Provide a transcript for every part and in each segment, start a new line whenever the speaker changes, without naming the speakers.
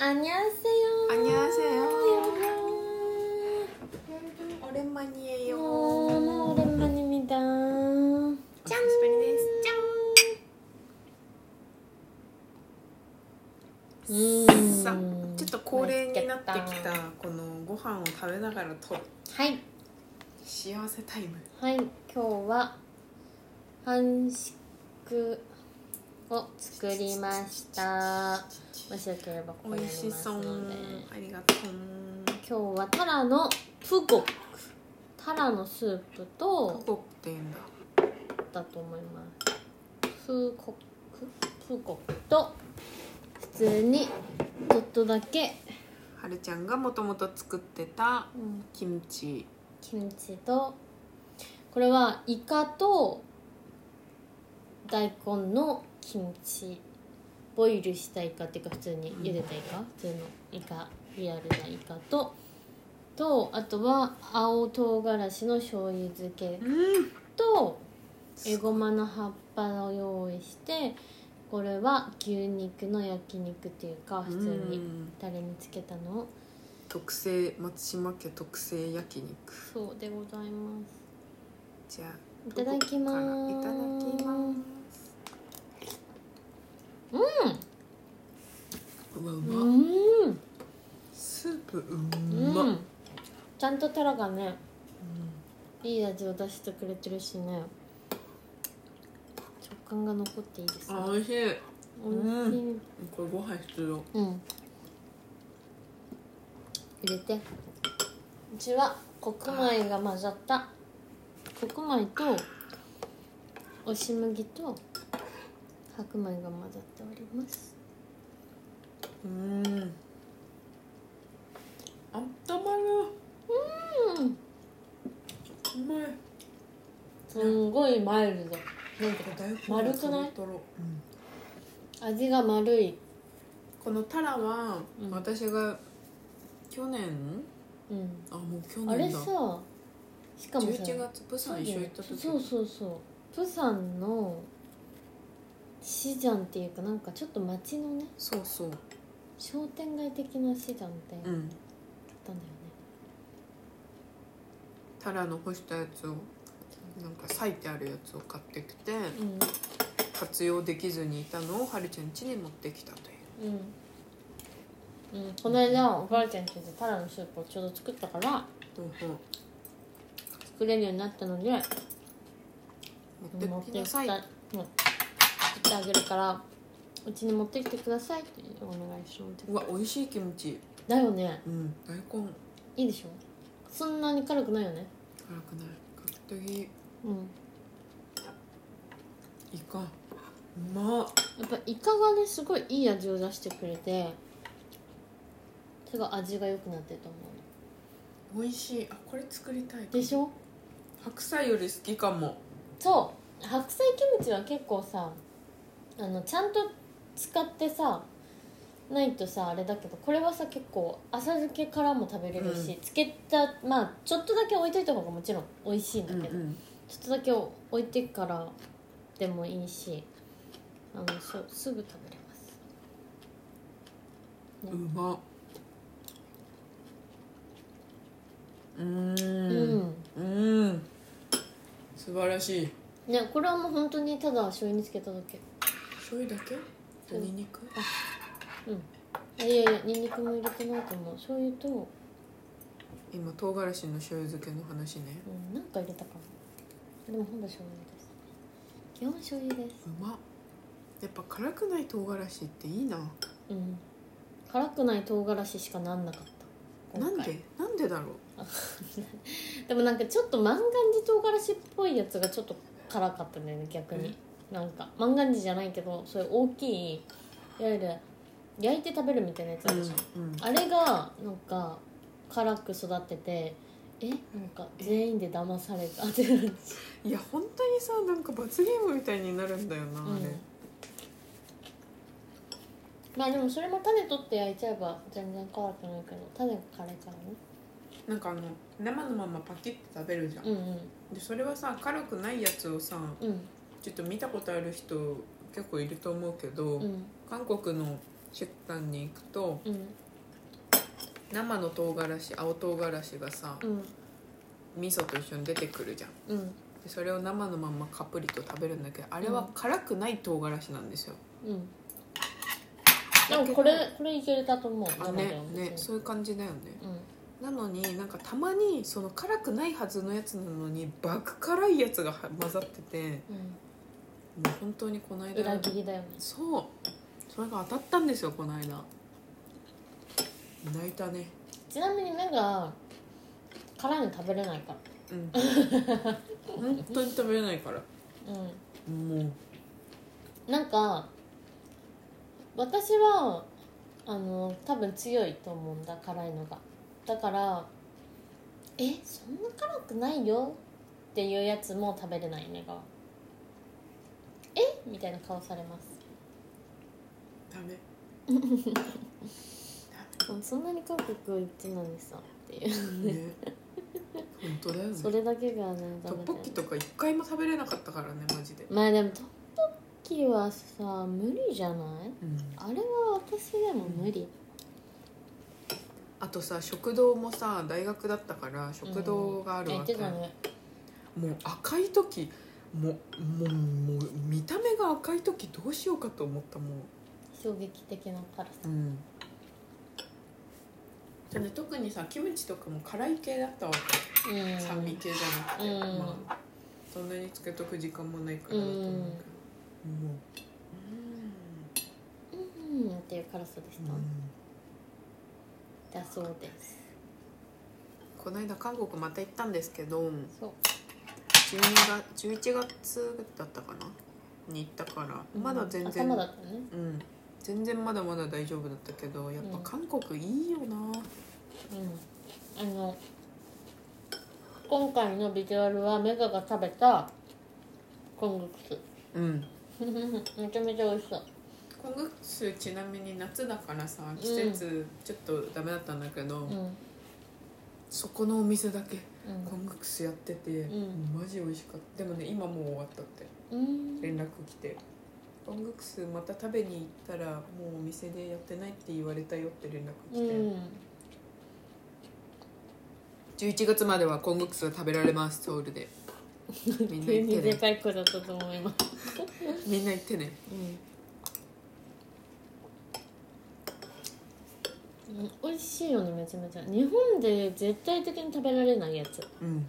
안녕하세요
안녕하세요.
여러분.
여러분 오랜만이에요.
너무 오랜만입니다. 짠.
오랜만이네요. 짠.さ
うん
ちょっと恒例になって
まい
き
った
たこのご飯を食べながらと
はい
幸せタイム
はい今日は半縮を作りました。もしよければここに
美
あ
味
り
し
ま
そ
す
う
ので。
ありがとう
今日はタラのプゴクタラのスープと
韓国って言うんだ
だと思いますフーコックフーコックと普通にちょっとだけ、
はるちゃんがもともと作ってた
うん、
キムチ
キムチとこれはイカと大根のキムチボイルしたイカっていうか普通に茹でたイカ、普通のイカリアルなイカととあとは青唐辛子の醤油漬け
うん
とエゴマの葉っぱを用意してこれは牛肉の焼肉っていうか普通
う
に
ん
タレにつけたのを
特製松島家特製焼肉
そうでございます
じゃあ
いただきます
いただきますうんうわう
う
まっ、
ーん
スープう
うん
まっ、
ちゃんとタラがねいい味を出してくれてるしね食感が残っていいですね
あ美味しい
おいしい
これご飯必要
うん入れてうちは黒米が混ざった黒米と押し麦と白米が混ざっております
うんあったまる
うん
うまい
すんごいマイルドなんていうか
大根
丸くない
トロトロうん
味が丸い
このタラは
うん
私が去年
うん
あもう去
あれ
年だ
さしかもさ
11月プサン一緒行った時
そうそうそうプサンのシジャンっていうかなんかちょっと街のね
そうそう
商店街的なシジャンってあ
う
っ
ん
たんだよね、
タラの干したやつをなんか裂いてあるやつを買ってきて
うん
活用できずにいたのをはるちゃん家に持ってきたという
うん、うん、この間おばあちゃんちでタラのスープをちょうど作ったから
ほうほう
作れるようになったので
持
持
っ
ってて
きな
きた
さい
もう作ってあげるからうちに持ってきてくださいってお願いします
うわ美味しいキムチ
だよね
うん大根辛
いいでしょそんなに辛くないよね
くないかきとぎ
うん
イカうまっ
やっぱイカがねすごいいい味を出してくれてすごい味が良くなってると思
美味しいあこれ作りたいう
でしょ
白菜より好きかも
そう白菜キムチは結構さあのちゃんと使ってさないとさあれだけどこれはさ結構浅漬けからも食べれるし、
うん
漬けたまあちょっとだけ置いといた方がもちろん美味しいんだけど、ちょっとだけ置いてからでもいいしあのそうすぐ食べれます
うまっう
う
ーん
ん、
うん素晴らしい
ねこれはもう本当にただ醤油につけただけ
醤油だけ
うん
ニンニク
あいやいやニンニクも入れてないと思う醤油と、
今唐辛子の醤油漬けの話ね
うん、なんか入れたかなでもほんと醤油です基本醤油です
うまっやっぱ辛くない唐辛子っていいな
うん辛くない唐辛子しかなんなかった
な
今
ん
回
でなんでだろう
でもなんかちょっと万願寺唐辛子っぽいやつがちょっと辛かったんだよね逆に、なんか万願寺じゃないけどそういう大きいいわゆる焼いて食べるみたいなやつあるじゃん、
うん
あれがなんか辛く育っててえなんか全員で騙されたって感じ
いや本当にさなんか罰ゲームみたいになるんだよな、
う
あれ
んまあでもそれも種取って焼いちゃえば全然辛くないけど種が枯れちゃう
なんかあの生のままパキッて食べるじゃん、
ね
でそれはさ辛くないやつをさ
うんうん
ちょっと見たことある人結構いると思うけど、
うんうん
韓国の出店に行くと
うん
生の唐辛子青唐辛子がさ
うん
味噌と一緒に出てくるじゃん
うん
でそれを生のまんまカプリと食べるんだけどあれは辛くない唐辛子なんですよ、
うんでもこれこれいけるだと思う
あ
生で
ね
も
ねそういう感じだよね
うん
なのになんかたまにその辛くないはずのやつなのに爆辛いやつがは混ざってても
う
う本当にこの
ん
間
裏切りだよね
そうそれが当たったんですよこの間泣いたね
ちなみに目が辛いの食べれないか
うん 本当に食べれないから
らうん
も
なんか私はあの多分強いと思うんだ辛いのがだから「えそんな辛くないよ」っていうやつも食べれないねがえみたいな顔されます
うダメ
うんそんなに韓国行ってないにさっていう
ね本当だよね
それだけがね
ト
ダ
ッ
メだ
ポ
よ
ッ
ね
キとか一回も食べれなかったからねマジで、
まあでもトッポッキはさ無理じゃない
うん
あれは私でも無理
あとさ食堂もさ大学だったから食堂がある
言
わ
っ
け、
てたね
もう赤い時もうもうもう見た目が赤い時どうしようかと思ったも
衝撃的な辛さ
う、うん、で特にさキムチとかも辛い系だったわけ、
うん
酸味系じゃなく
う
て、
ん
まあ、そんなにつけとく時間もないからだと思うけど、
うん
も
うんっていう辛さでし
う、
た、
うん
だそうです
この間韓国また行ったんですけど
そう
12月11月だったかなに行ったからまだ全然、
頭
う
だ
ん
ったね
全然まだまだ大丈夫だったけどやっぱ韓国いいよな、
うんあの今回のビジュアルはメガが食べた昆布ス
うん、
めちゃめちゃ美味しそう
今月ちなみに夏だからさ季節ちょっとダメだったんだけ
う
ど、
ん
そこのお店だけ
うん
今月やってて、
ん
マジ美味しかったでもね今もう終わったって
うん
連絡来て「コングクスまた食べに行ったらもうお店でやってないって言われたよ」って連絡
う
来て、
ん
11月まではコングクスは食べられますソウ ルでみん
急
な行
にで
ってね
かい子だったと思います
みんな行ってね
うんうん美味しいよねめちゃめちゃ日本で絶対的に食べられないやつ
うん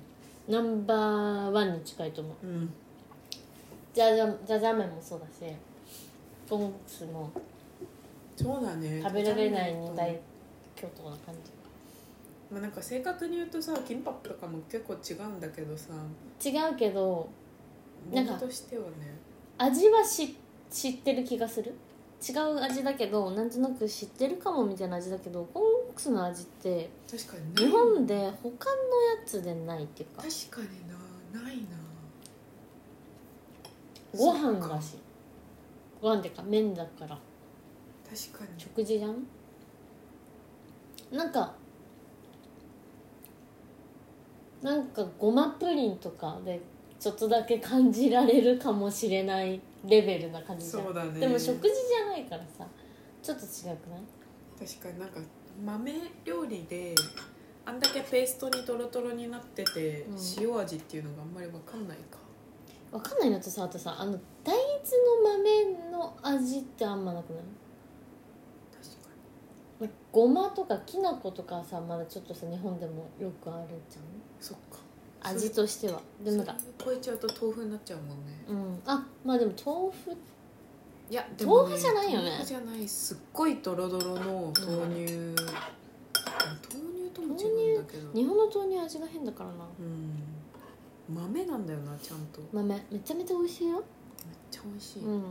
ナンバーワンに近いと思う
うん
じゃじゃじゃじゃ麺もそうだしトンクスも
そうだね
食べられない
の
二大巨頭な感
まあなんか正確に言うとさキンパクとかも結構違うんだけどさ
じ違うけどなんか
僕としてはね
味はし知ってる気がする違う味だけどなんとなく知ってるかもみたいな味だけどコンクスの味って
確かにない
日本で他のやつでないっていうか
確かになないな
ご飯だしご飯っていうか麺だから
確かに
食事じゃんなんかなんかごまプリンとかでちょっとだけ感じられるかもしれないレベルな感じじゃん、
そうだね
でも食事じゃないからさちょっと違くない
確かになんか豆料理であんだけペーストにとろとろになってて、
うん
塩味っていうのがあんまり分かんないか
わかんないのとさあとさあの大豆の豆の味ってあんまなくない
確か
なんかごまとかきな粉とかさまだちょっとさ日本でもよくあるじ
にそっか
ゃん味としてはでもなんか
それを超えちゃうと豆腐になっちゃうもんね
うんあまあでも豆腐
いやで
豆腐じゃないよね
豆腐じゃないすっごいドロドロの豆乳、豆乳とも違うんだけど
日本の豆乳味が変だからな
うん豆なんだよなちゃんとめっ
豆めちゃめちゃ美味しいよ
ちゃ美味しい、
うん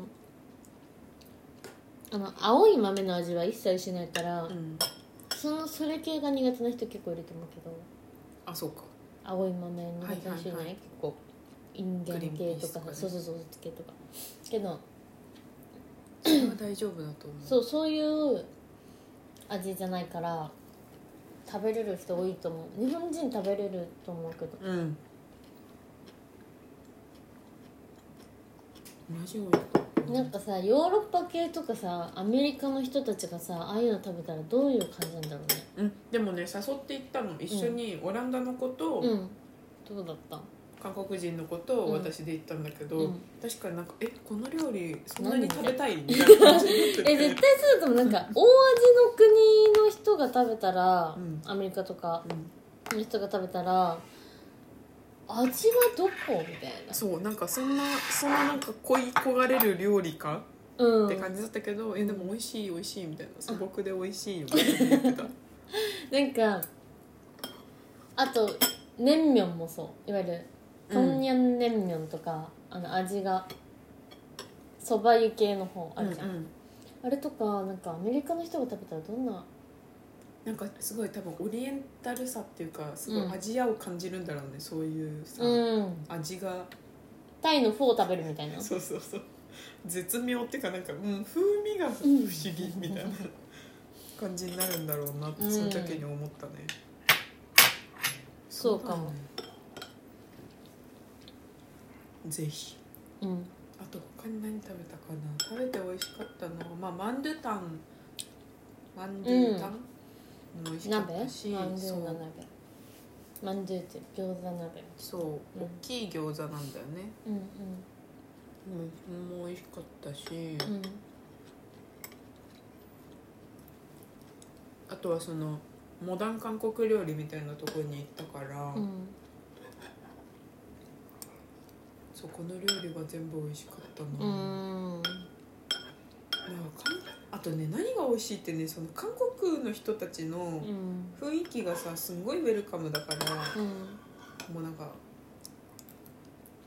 あの青い豆の味は一切しないから、
うん
そのそれ系が苦手な人結構いると思うけど
あそうか
青い豆苦手な人いない、
はいはいはい
結構インゲン系とか
グリーンピースとかね
そうそうそうそっち系とかけど
それは大丈夫だと思う
そうそういう味じゃないから食べれる人多いと思う日本人食べれると思うけど
うんマジ美味しかったうん
なんかさヨーロッパ系とかさアメリカの人たちがさああいうの食べたらどういう感じなんだろ
うん、でもね誘って行ったの一緒にオランダの子と、
うねうんどうだった
韓国人の子と私で行ったんだけど、
うん
確かになんか「えこの料理そんなに食べたい?」みたいな感じ になってて
え絶対そうだと思うなんか大味の国の人が食べたら、
うん
アメリカとか
うん
の人が食べたら味はどこみたいな
そうなんかそんなそんななんか恋焦がれる料理か
うん
って感じだったけど、えでも美味しい美味しいみたいな素朴で美味しいみたいな言ってた
なんかあと麺麺もそういわゆる
うん
トンニャン麺麺とか、あの味がそば湯系の方 あ
うん
るじゃん、
うん
あれとかなんかアメリカの人が食べたらどんな
なんかすごい多分オリエンタルさっていうかすご
う
い
ん
アジアを感じるんだろうねそういうさ、
うん
味が
タイのフォー食べるみたいな
そうそうそう絶妙っていうかなんか、うん、風味が不思議みたいな感じになるんだろうなってその時に思ったね、
そうかも
そうだねぜひ
うん
あと他に何食べたかな食べて美味しかったのは、まあ、マンドゥタンマンドゥタンも美味しかっ
鍋マ
た
ン
し、
ドゥ
そ
の
う
鍋マンドゥって餃子鍋
そう大きい餃子なんだよね、
うんうん
うん、も美味しかったし、
うん
あとはそのモダン韓国料理みたいなとこに行ったから、
うん
そこの料理が全部美味しかったな,、
う
な
ん
んか韓あとね何が美味しいってねその韓国の人たちの
うん
雰囲気がさすんごいウェルカムだから、
うん
もうなんか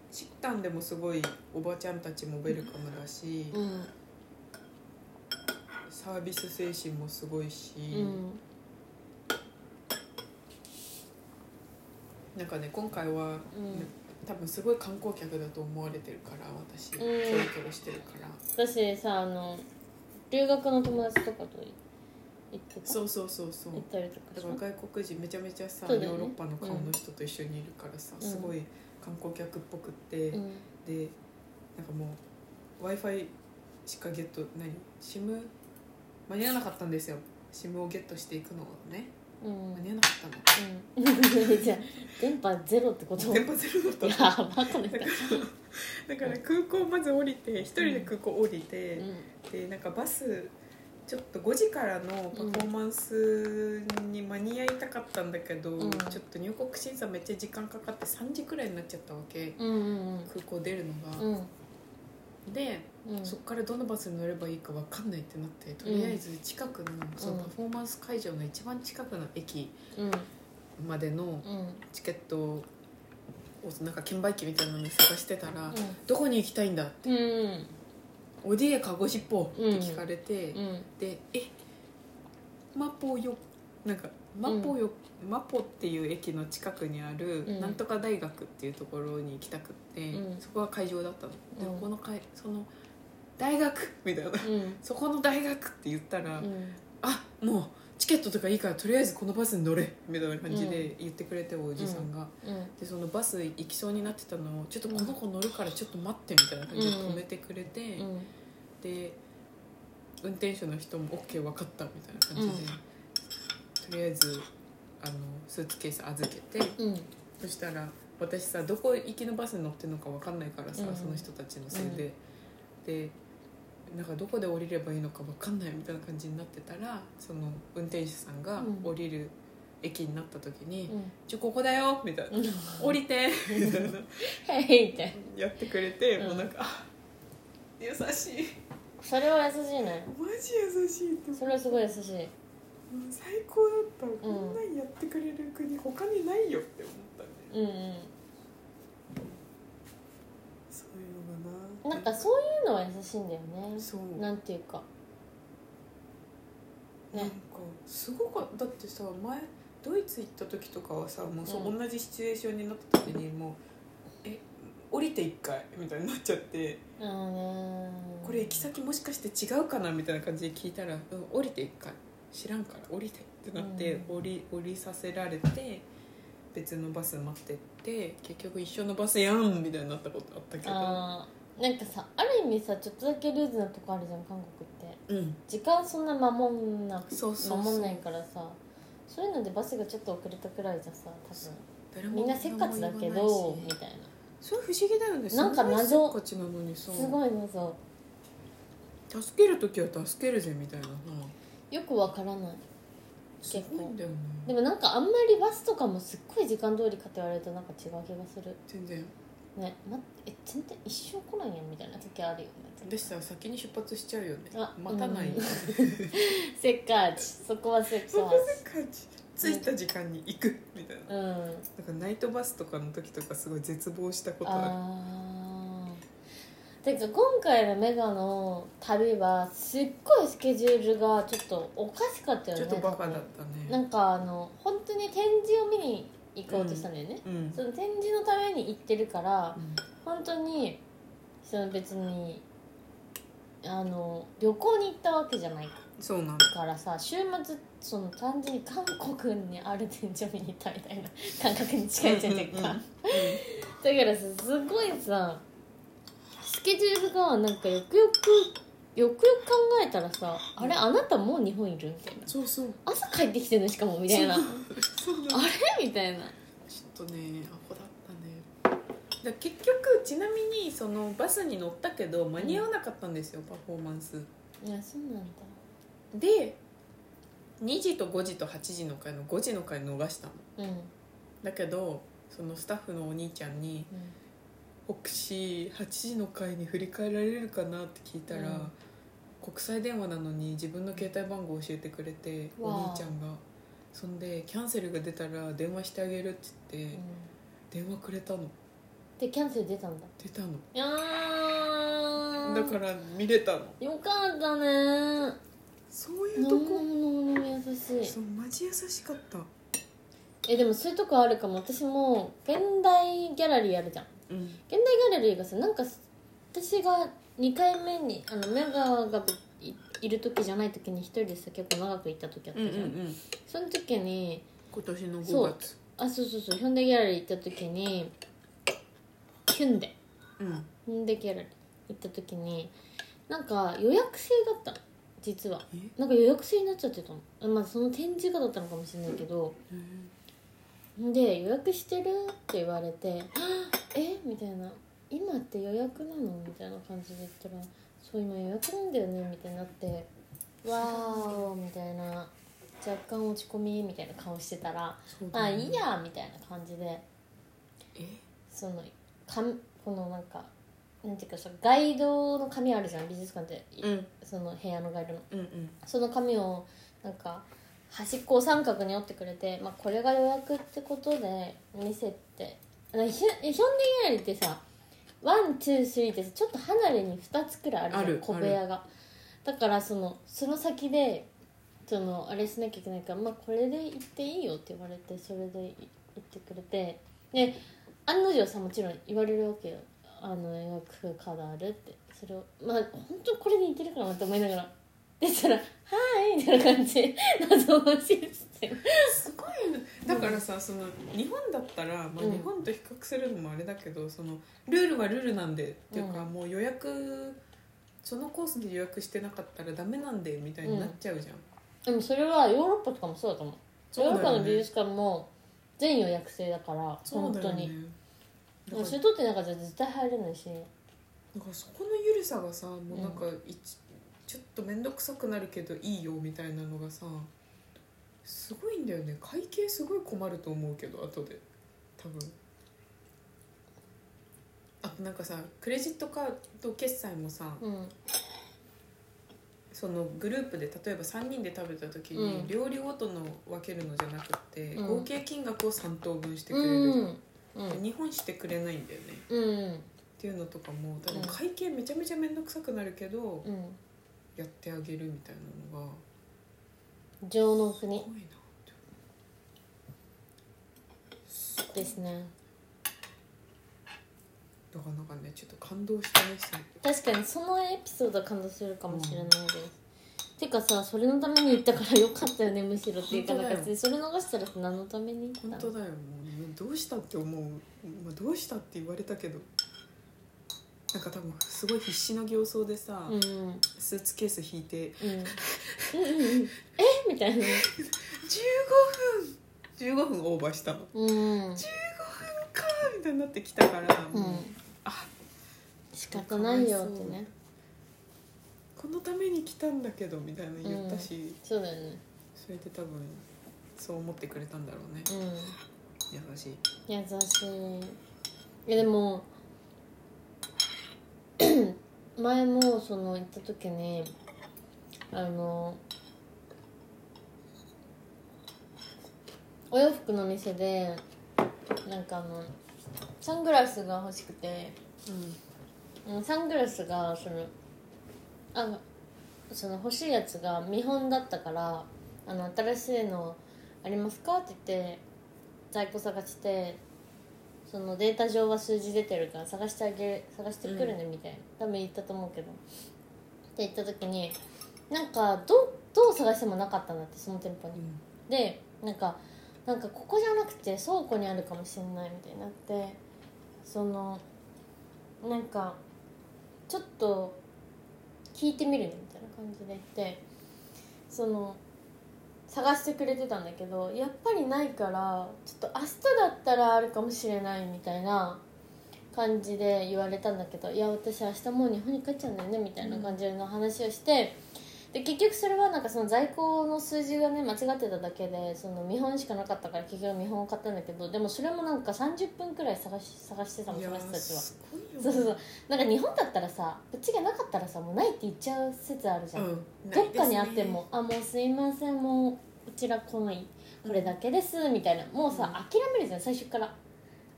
チキタンでもすごいおばちゃんたちもウェルカムだし、
うん
サービス精神もすごいし、
うん
なんかね今回は、
うん
多分すごい観光客だと思われてるから私、
ん
キョロキョロしてるから
私さあの留学の友達とかと行ってた
そうそうそうそう
行ったりとか
だ
し
か
ょ
ら外国人めちゃめちゃさ、
そうだよ
ヨ
ね
ーロッパの顔の人と一緒にいるからさ、
うん
すごい観光客っぽくって、
うん
でなんかもう w i f i しかゲット何 SIM 間に合わなかったんですよ SIM をゲットしていくのをね
うん
間に合わなかったの
うんじゃあ電波ゼロって こと
電波ゼロだっ
や
た
ばくないか
だから空港まず降りて一人で空港降り
う
て、
ん
でなんかバスちょっと5時からのパフォーマンスに間に合いたかったんだけど、
うん
ちょっと入国審査めっちゃ時間かかって3時くらいになっちゃったわけ
うんうん
空港出るの
う
が、
んうん
で
うん
そっからどのバスに乗ればいいか分かんないってなってとりあえず近くのそのパフォーマンス会場の一番近くの駅
うん
までの
うん
チケットをなんか券売機みたいなのに探してたら、
うん
どこに行きたいんだ
うんうん
おディエカゴシッポって聞かれて、
うん
で「えマポよ」なんか「マポよ」マポっていう駅の近くにある、
うん
なんとか大学っていうところに行きたくって、
うん
そこが会場だったの、で
うん
この会その「大学」みたいな「
うん
そこの大学」って言ったら
う
「
ん
あもうチケットとかいいからとりあえずこのバスに乗れ」みたいな感じで言ってくれておじさんが。
うん
でそのバス行きそうになってたのを「ちょっとこの子乗るからちょっと待って」みたいな感じで止めてくれて、
うん
で運転手の人も OK 分かったみたいな感じで、とりあえずあのスーツケース預けて
うん
そしたら私さどこ行きのバスに乗ってるのか分かんないからさ、
うん
その人たちのせいで、でなんかどこで降りればいいのか分かんないみたいな感じになってたらその運転手さんが
うん
降りる駅になった時に
うん
「ちょここだよ」みたいな「降りて」みた いな
はいみたいな
やってくれて、
うん
もうなんかあ優しい
それは優しいね
マジ優しいって思って
それはすごい優しい
もう最高だった、こんなんやってくれる国他にないよって思ったね
うん
そういう
うん
の
な
がなん
かそういうのは優しいんだよね
そうなん
なんていうか
か
ね
すごかっただってさ前ドイツ行った時とかはさもうそう、
うん
同じシチュエーションになった時にもう「え降りて一回」みたいになっちゃって
うーん
「これ行き先もしかして違うかな?」みたいな感じで聞いたら「うん降りて一回知らんから降りて」ってなって、
う
降り降りさせられて別のバス待ってって結局一緒のバスやんみたいになったことあったけど
あなんかさある意味さちょっとだけルーズなとこあるじゃん韓国って
うん
時間そんな守んなく
そうそうそう
守んないからさそういうのでバスがちょっと遅れたくらいじゃさ多
誰
分
も
みんなせっかちだけどみたいな
それ不思議だよね
なんか謎
すごいせっかちなのにさ
すごい謎
助ける時は助けるぜみたいなさ
よくわからない
すごいんだよね
でもなんかあんまりバスとかもすっごい時間通りかって言われるとなんか違う気がする
全然
ねまえ全然一生来ないやんみたいな時あるよね
でしたら先に出発しちゃうよね
あ
待たない、
うん
せっ
せっかち そこはせっかち
かち着いた時間に行くみたいな
う
なん
ん
かナイトバスとかの時とかすごい絶望したことある
ああてか今回のメガの旅はすっごいスケジュールがちょっとおかしかったよ
ちょ
ね
っとバカだった
な
ね
んかあの本当に展示を見に行こうとしたんだよね、
うん、うん
その展示のために行ってるから本当にその別にあの旅行に行ったわけじゃない
そうなの
からさ週末その単純に韓国にある展示を見に行ったみたいな感覚に近いじゃん若
うんうんうん
干だからさすごいさスケジュールがなんかよくよくよくよく考えたらさ「あれあなたもう日本いる?」みたいな
そうそう
「朝帰ってきてるのしかも」みたいな
そうそうなの
「えみたいな
ちょっとねアホだったねだ結局ちなみにそのバスに乗ったけど間に合わなかったんですよ、パフォーマンス
いやそうなんだ
で2時と5時と8時の回の5時の回逃したの
うんうん
だけどそのスタッフのお兄ちゃんに「北市8時の回に振り返られるかな?」って聞いたら、
うん
国際電話なのに自分の携帯番号を教えてくれて
わ
お
あ
兄ちゃんがそんで「キャンセルが出たら電話してあげる」って言って、電話くれたの
でキャンセル出たんだ
出たの
いやー
だから見れたの
よかったね
そういうと
何
こ、
も何も優しい
そうマジ優しかった
えでもそういうとこあるかも私も現代ギャラリーあるじゃん
うん
現代ギャラリーがさなんか私が2回目にあのメガがいいる時じゃない時に一人でさ結構長く行った時あったじゃん、
ん
その時に
今年の
そ
5
う
月
あそうそうそうヒョンデギャラリー行った時にヒュンデ
うん
ヒュンデギャラリー行った時になんか予約制だったの実は
え
なんか予約制になっちゃってたのあまあその展示がだったのかもしれないけど、
うん
で予約してるって言われてはぁ「えみたいな「今って予約なの?」みたいな感じで言ったら「そう今予約なんだよね」みたいになって「わーお」みたいな若干落ち込みみたいな顔してたら
そ
「
うだ
まあ
ね
いいや」みたいな感じで
え
そのかこのなんかなんていうかさガイドの紙あるじゃん美術館で、い
うん
その部屋のガイドの
うんうん
その紙をなんか端っこを三角に折ってくれて、まあ、これが予約ってことで見せてあのヒョヒョンデギャラリーってさワンツースリーってさちょっと離れに2つくらいあるじゃん
ある
小部屋がだからそのその先でそのあれしなきゃいけないから、まあ、これで行っていいよって言われてそれでい行ってくれてで案の定さもちろん言われるわけよあの予約カードあるってそれをまあ本当これに似てるかなって思いながらでそしたら「はーい」みたいな感じで謎を教えて
すごいよねだからさその日本だったら、まあ、
うん
日本と比較するのもあれだけど、そのルールはルールなんでっていうか、
うん
もう予約そのコースで予約してなかったらダメなんでみたいになっちゃうじゃん、
でもそれはヨーロッパとかもそうだと思う
そうだ
ヨー
よ
ロッパ
ね
の美術館も全予約制だから
そう
本
だ
当
よ
に
ねだ
で
か
も
ら
それ取ってなかったら絶対入れないし
だからそこの緩さがさもうなんか、いちちょっと面倒くさくなるけどいいよみたいなのがさすごいんだよね会計すごい困ると思うけど後で多分あとなんかさクレジットカード決済もさ
うん
そのグループで例えば3人で食べた時
う
に
ん
料理ごとの分けるのじゃなくて、
うん
合計金額を3等分してく
う
れる、
んうん
日本してくれないんだよね
うん
っていうのとかも多分
うん
会計めちゃめちゃ面倒くさくなるけど、
うん
やってあげるみたいなのが
情の
す
国
ごいなってすごい
ですね
だからなんかねちょっと感動したねすご
確かにそのエピソードは感動するかもしれないです、てかさそれのために行ったからよかったよねむしろっていうか
本当だ
な
よ
んかそれ逃したらさ何のために行った
い
の
本当だよもうどうしたって思う、まあ、どうしたって言われたけどなんか多分すごい必死の形相でさ、
うんうん
スーツケース引いて
うんうんえみたいな
15分15分オーバーしたの
うん、
かーみたいになってきたから、
うん、
あ
仕方ないよってね
このために来たんだけどみたいな言ったし、
そうだよね
それで多分そう思ってくれたんだろうね
うん
優しい
優しいいやでも 前もその行った時にあのお洋服の店でなんかあのサングラスが欲しくて
う
うんサングラスがそのあその欲しいやつが見本だったから「あの新しいのありますか?」って言って在庫探してそのデータ上は数字出てるから探してあげ探してくるねみたいな、多分言ったと思うけどって言った時になんかどうどう探してもなかったんだってその店舗に。
ん
でなんかなんかここじゃなくて倉庫にあるかもしれないみたいになってそのなんかちょっと聞いてみるねみたいな感じで言ってその探してくれてたんだけどやっぱりないからちょっと明日だったらあるかもしれないみたいな感じで言われたんだけどいや私明日もう日本に帰っちゃうんだよねみたいな感じの話をして。で結局それはなんかその在庫の数字がね間違ってただけでその見本しかなかったから結局見本を買ったんだけどでもそれもなんか30分くらい探し探してたの
い
そ
や
の人た
ー
ちは
すごいよね
そうそうそうなんか日本だったらさこっちがなかったらさもうないって言っちゃう説あるじゃん、
うん
どっかにあっても「あもうすいませんもうこちら来ないこれだけです」みたいなもうさ、
うん
諦めるじゃん最初から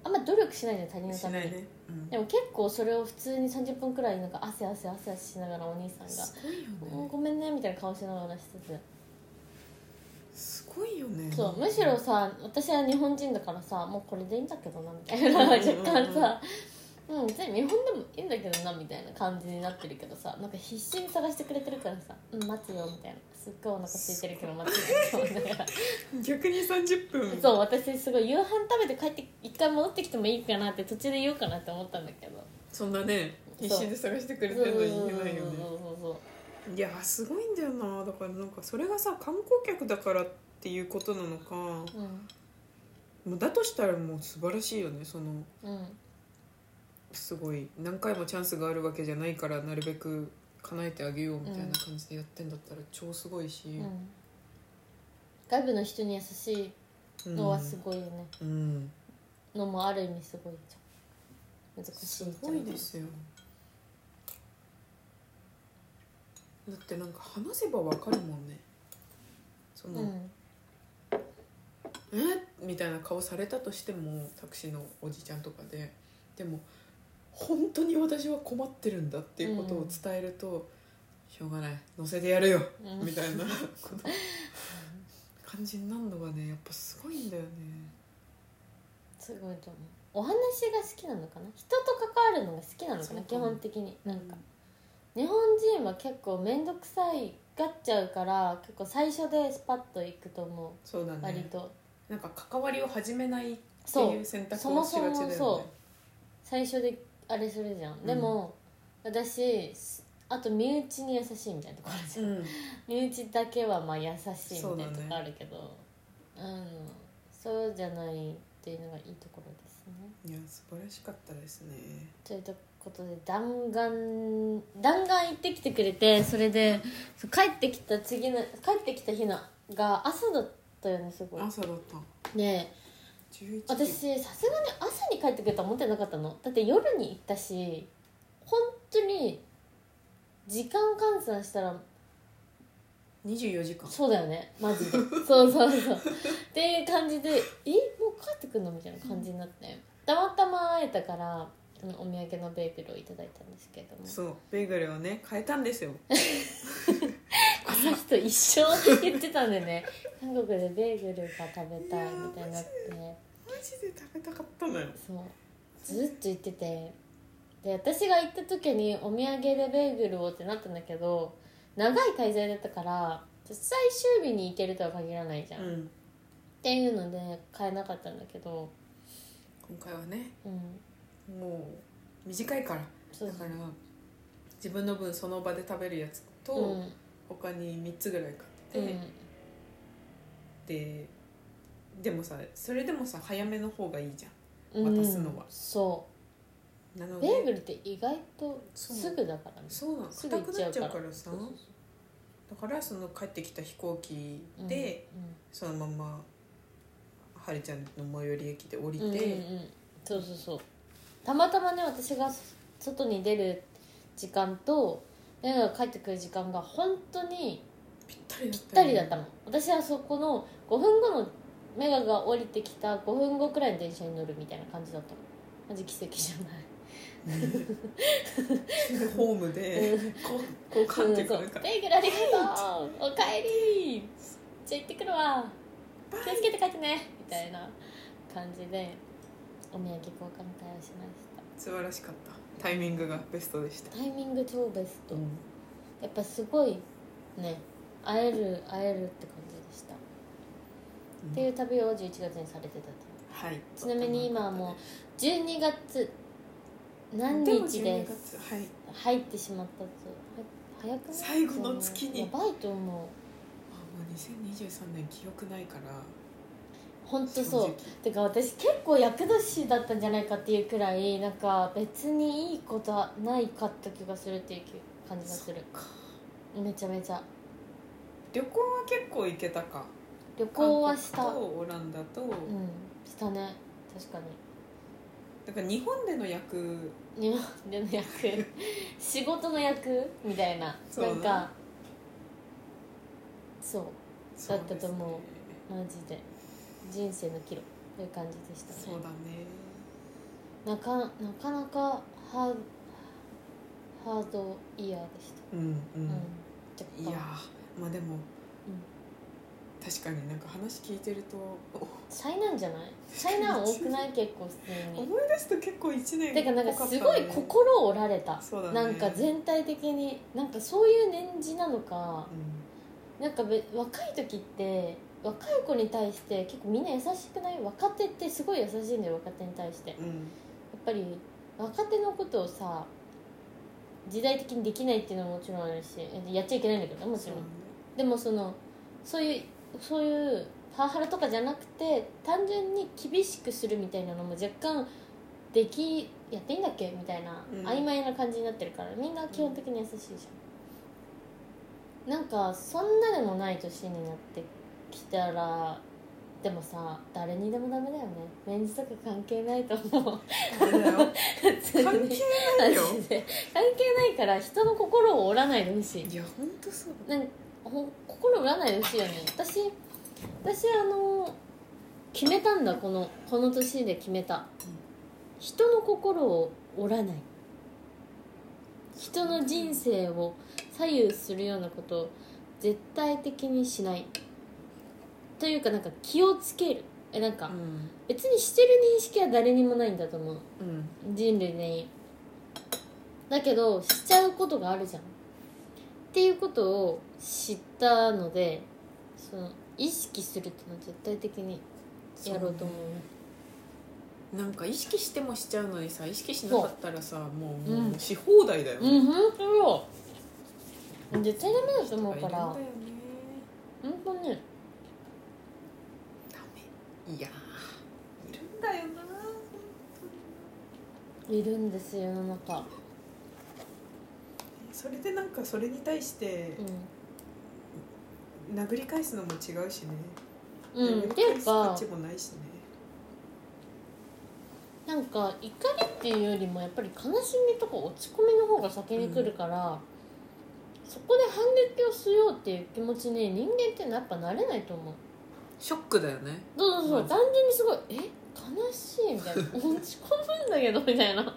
あんま努力しないじゃん他人
ない
の
です
た
ねし
め
な
に
いね、うん、
でも結構それを普通に30分くらいなんか汗汗汗汗しながらお兄さんが
すごいよ
もう
ね
ごめんねみたいな顔しながらしつつ
すごいよね
そうむしろさ私は日本人だからさもうこれでいいんだけどなみたいな若干さうん別に日本でもいいんだけどなみたいな感じになってるけどさなんか必死に探してくれてるからさ「うん待つよ」みたいなすっごいお腹空いてるけど待つよみたいな
逆に30分
そう私すごい夕飯食べて帰って一回戻ってきてもいいかなって途中で言おうかなって思ったんだけど
そんなね
そう
必死で探してくれ
そう
て
そう
る
そ
の
うそう
に言えないよね
そう
いやーすごいんだよなだからなんかそれがさ観光客だからっていうことなのか
うん
もうだとしたらもう素晴らしいよねその
うん
すごい何回もチャンスがあるわけじゃないからなるべく叶えてあげようみたいな感じでやってんだったら超すごいし、
うん外部の人に優しい
うん
のはすごいよね、
うん、
のもある意味すごいじゃん難しい
す
じゃん
ごいですよだってなんか話せばわかるもんねその、
うん
えみたいな顔されたとしてもタクシーのおじちゃんとかででも本当に私は困ってるんだっていうことを伝えると、しょうがない乗せてやるよ、
うん
みたいなこの感じになるのがねやっぱすごいんだよね
すごいと思うお話が好きなのかな人と関わるのが好きなのか
そう
な
かも
基本的になんか、
う
日本人は結構面倒くさいがっちゃうから結構最初でスパッといくと思
そうだ
う割
ね
と、
なんか関わりを始めないって
そ
いうう選択をしがちだよね
そもそもそ最初であれするじゃん、でも私あと身内に優しいみたいなとこあるじゃん
うん
身内だけはまあ優しいみたいなとこあるけどそう,、ん、そうじゃないっていうのがいいところですね
いや素晴らしかったですね
ということで弾丸弾丸行ってきてくれてそれでそう帰ってきた次の帰ってきた日のが朝だったよねすごい
朝だった
で
11時
私さすがに朝に帰ってくるとは思ってなかったのだって夜に行ったし本当に時間換算したら
24時間
そうだよねマジでそうそうそうっていう感じで「えもう帰ってくるの?」みたいな感じになって、たまたま会えたからあのお土産のベーグルをいただいたんですけれども
そうベーグルをね変えたんですよ
この人一生言ってたんでね韓国でベーグルが食べたいみたいになって
マジで食べたかったのよ
そうずっと言っててで私が行った時にお土産でベーグルをってなったんだけど長い滞在だったから最終日に行けるとは限らないじゃん、っ
ん
ていうので買えなかったんだけど
今回はね
うん
もう短いから
そう
だ
そ
か
う
ら自分の分その場で食べるやつと、
うん
他に3つぐらい買って、ででもさそれでもさ早めの方がいいじ
うんうん
渡すのは
そ
ゃんなの
う
で
ベーグルって意外と
そう
すぐだからね
そうなの
すぐ
硬
行っ
く
ち
な
ゃ
っ
う
ち
か
ゃ
ら
うからさ
そうそうそ
だからその帰ってきた飛行機
う
で、
う
そのままはるちゃんの最寄り駅で降りて、
んうんうんうんそうそうそうたまたまね私が外に出る時間とベーグルが帰ってくる時間が本当に
ぴったりだっ
ぴったたりだったの私はそこの5分後のメガが降りてきた5分後くらいの電車に乗るみたいな感じだったのマジ奇跡じゃない
ねホームでこうこうかんってくる
うんそ
か
うベ
ら
ーグルありがとうおかえりじゃあ行ってくるわ気をつけて帰ってねみたいな感じでお土産交換会をしまし
素晴らしかったタイミングがベストでした
たタイミング超ベスト、
うん
やっぱすごいね会える会えるって感じでした、っていう旅を11月にされてたと
はい
ちなみに今はもう12月何
でも
日
12
です
月はい
入ってしまったとは早くない
最後の月に
やばいと思う
あもう2023年記憶ないから
本当
正
そ
直
うてか私結構厄年だったんじゃないかっていうくらいなんか別にいいことはないかった気がするっていう感じがする
そっか
めちゃめちゃ
旅行は結構行けたか
旅行はしたう
韓国とオランダと、
んしたね確か
だから日本での役
に日本での 役仕事の役みたいな
そう
な
だ
ん
ね
かそう
そう
だったと思うマ
で
ジで人生の岐路という感じでしたね
すねそうだね
なかなかなかハーハードイヤーでした、
うんうん、
うん、
いや
若干
ーまあでも、
うん
確かになんか話聞いてるとお
災難じゃない災難多くない結構普通 に
思い出すと結構1年
てかなんか
濃った
す
ね
ごい心折られた、
そうだね
なんか全体的になんかそういう年次なのか
うん
なんかべ若い時って若い子に対して結構みんな優しくない若手ってすごい優しいんだよ若手に対して
うん
やっぱり若手のことをさ時代的にできないっていうのはもちろんあるしやっちゃいけないんだけどねもちろん、でもそのそういうそういうパワハラとかじゃなくて単純に厳しくするみたいなのも若干できやっていいんだっけみたいな、
うん
曖昧な感じになってるからみんな基本的に優しいじゃん、なんかそんなでもない年になってきたらでもさ誰にでもダメだよねメンズとか関係ないと思う
そうだねあれだよ
関
関係 ないよ
関係ないから人の心を折らないでほしい
いや本当そうだ
なんほ心折らないでほしいよね私私あの決めたんだこのこの年で決めた、人の心を折らない人の人生を左右するようなことを絶対的にしないというかなんか気をつけるえなんか
うん
別にしてる認識は誰にもないんだと思う
うん
人類全員だけどしちゃうことがあるじゃんっていうことを知ったのでその意識するっていうのは絶対的にやろうと思う
なんか意識してもしちゃうのにさ意識しなかったらさもう,、
うん
もうし放題だよ
う,、ん本当よ絶対ダメだと思うから
い
本
るんだよね
当に
ダメいやーいるんだよない
るんですよ世の中
それでなんかそれに対して
う
殴り返すのも違うしね、
ん、うん、っていう
価
か
値もないしね
なんか怒りっていうよりもやっぱり悲しみとか落ち込みの方が先に来るから、そこで反撃をしようっていう気持ちに人間ってやっぱなれないと思う
ショックだよね
そうそうそう、
うん
単純にすごいえ悲しいみたいな落ち込むんだけどみたいな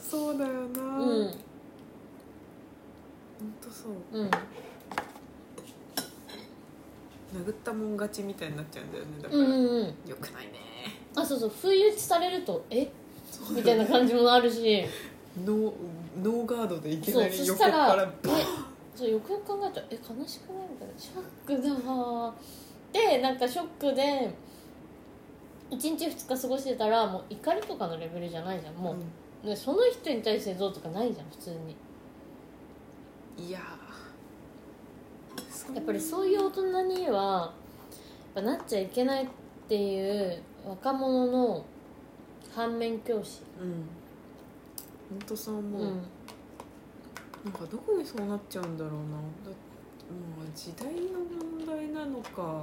そうだよな
う
本
ん
当そう
うん
殴ったもん勝ちみたいになっちゃうんだよねだか
う
ら、
んうんうん
よくないね
あそうそう不意打ちされるとえみたいな感じもあるし
ノーノーガードでいき
そ
な
うそ
り
し
横か
たら
ら
えそうよくよく考えたらえ悲しくないみたいなショックだわーでなんかショックで1日2日過ごしてたらもう怒りとかのレベルじゃないじゃんもう、
うん
ねその人に対してどうとかないじゃん普通に
いや
やっぱりそういう大人にはやっぱなっちゃいけないっていう若者の反面教師
ううん本当そう
う
思う、
ん
なんかどこにそうなっちゃうんだろうなだまあ時代の問題なのか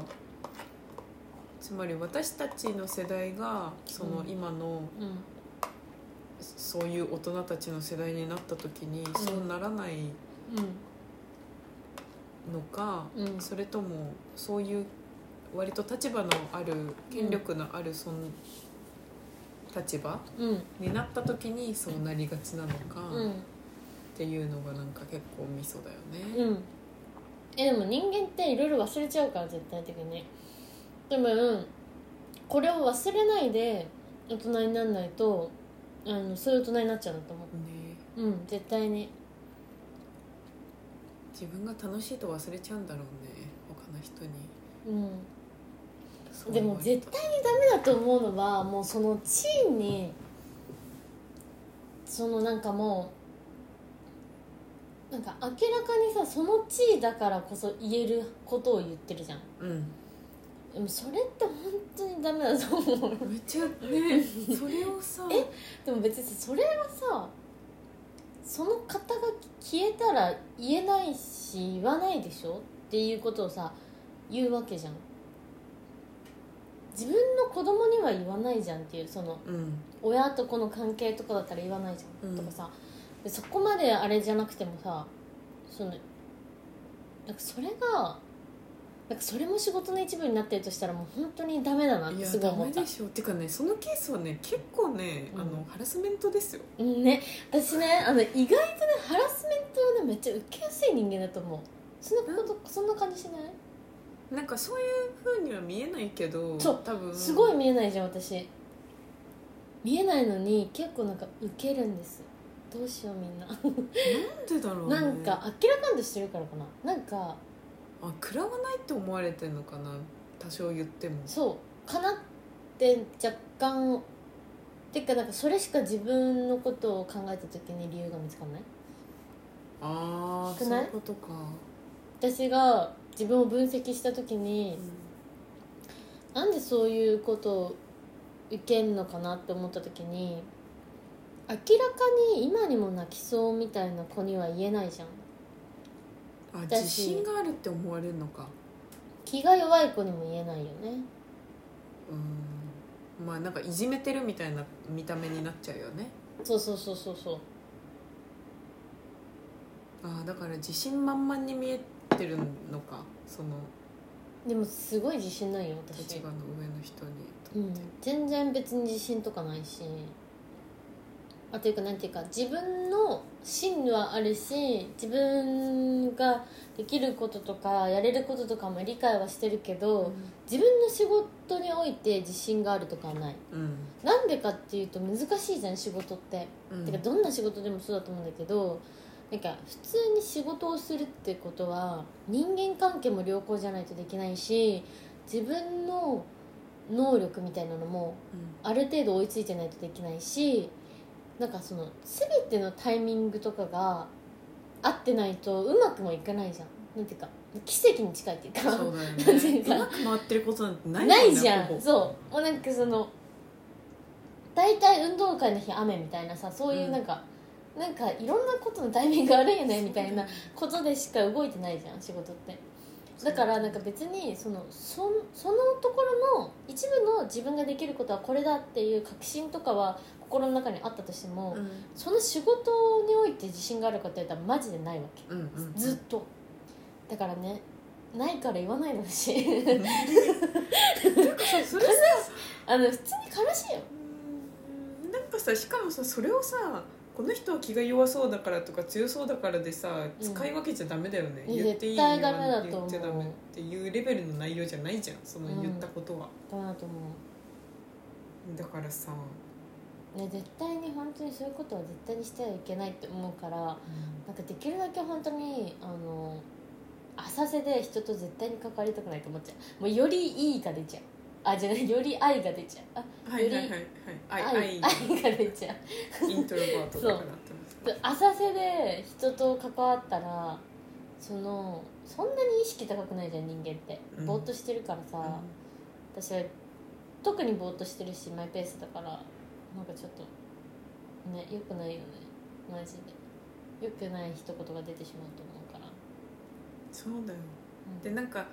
つまり私たちの世代がその
うん
今の
うん
そういう大人たちの世代になった時にそうならないのか、
うんうん
それともそういう割と立場のある権力のあるその立場
うん
になった時にそうなりがちなのか
う
っ
ん
ていうのがなんか結構ミソだよね。
うんえでも人間っていろいろ忘れちゃうから絶対的に多分これを忘れないで大人にならないとあのそういう大人になっちゃうんだと思
ね
ううん絶対に
自分が楽しいと忘れちゃうんだろうね他の人に
うん
そう
で
言わ
も
れた
絶対にダメだと思うのはもうその地位にそのなんかもうなんか明らかにさその地位だからこそ言えることを言ってるじゃん
うん
でもそれって本当にダメだと思う
めっちゃねそれをさ
えでも別にそれはさその肩が消えたら言えないし言わないでしょっていうことをさ言うわけじゃん自分の子供には言わないじゃんっていうその
うん
親と子の関係とかだったら言わないじゃん、
うん
とかさでそこまであれじゃなくてもさそのなんかそれがなんかそれも仕事の一部になってるとしたらもう本当にダメだなっ
い
て
や
すごい
ダ
思
メ
った
でしょっていうかねそのケースはね結構ね、
うん
あのハラスメントですよ
うんね私ねあの意外とねハラスメントはねめっちゃ受けやすい人間だと思うそんなこと、そんな感じしない、
なんかそういう風には見えないけど
そう
多分
すごい
い
見えないじゃん私見えないのに結構なんか受けるんですどうしようみんな
なんでだろう、ね、
なんか明らかんとしてるからかななんか
あ食らわないって思われてんのかな多少言っても
そうかなって若干てかなんかそれしか自分のことを考えた時に理由が見つかんない
ああ
少
そう
ない
いうことか、
私が自分を分析した時になんでそういうことを受けんのかなって思った時に明らかに今にも泣きそうみたいな子には言えないじゃん
あ
私
自信があるって思われるのか
気が弱い子にも言えないよね
うんまあなんかいじめてるみたいな見た目になっちゃうよね
そうそうそうそうそう
ああだから自信満々に見えてるのかその
でもすごい自信ないよ私
立場の上の人に
う
と
ん
って、、
全然別に自信とかないしあというかなんていうか自分の芯はあるし自分ができることとかやれることとかも理解はしてるけど自分の仕事において自信があるとかはない
うん
なんでかっていうと難しいじゃん仕事って、
うん
てかどんな仕事でもそうだと思うんだけどなんか普通に仕事をするってことは人間関係も良好じゃないとできないし自分の能力みたいなのも
う
ある程度追いついてないとできないしなんかその全てのタイミングとかが合ってないとうまくもいかないじゃんなんていうか奇跡に近いっていうか
んそうだよ
なんてい
ね
う
う
か
まく回ってることなんてないもね
ないじゃ
ほ
ん
ぼ
そうもうなんかその大体運動会の日雨みたいなさそういううんなんか、なんかいろんなことのタイミングあるよねみたいな
そ
こ
う
とでしか動いてないじゃん仕事ってだからなんか別にそのそんそのところの一部の自分ができることはこれだっていう確信とかは心の中にあったとしても、
うん
その仕事において自信があるかって言ったらマジでないわけ、
うんうん
ずっとだからねないから言わない のし
そうそれさ
あの普通に悲しいよ
うんなんかさしかもさそれをさこの人は気が弱そうだからとか強そうだからでさ
うん
使い分けちゃダメだよね、
いや
言っていい
絶対
言わ
ダメだと
言
思う
っちゃダメっていうレベルの内容じゃないじゃんその言ったことは、
だなと思う
だからさ、
ね、絶対に本当にそういうことは絶対にしてはいけないって思うからなんかできるだけ本当にあの浅瀬で人と絶対に関わりたくないと思っちゃうもうよりいいが出ちゃうあじゃあより愛が出ちゃう
はいはいはいはい
あ
愛
愛
愛
愛が出ちゃう
イントロバートだからってます
浅瀬で人と関わったらそのそんなに意識高くないじゃん人間って
うん
ぼーっとしてるからさ、私は特にぼーっとしてるしマイペースだからなんかちょっとね良くないよねマジで良くない一言が出てしまうと思うから、
そうだよ
うん
でなんか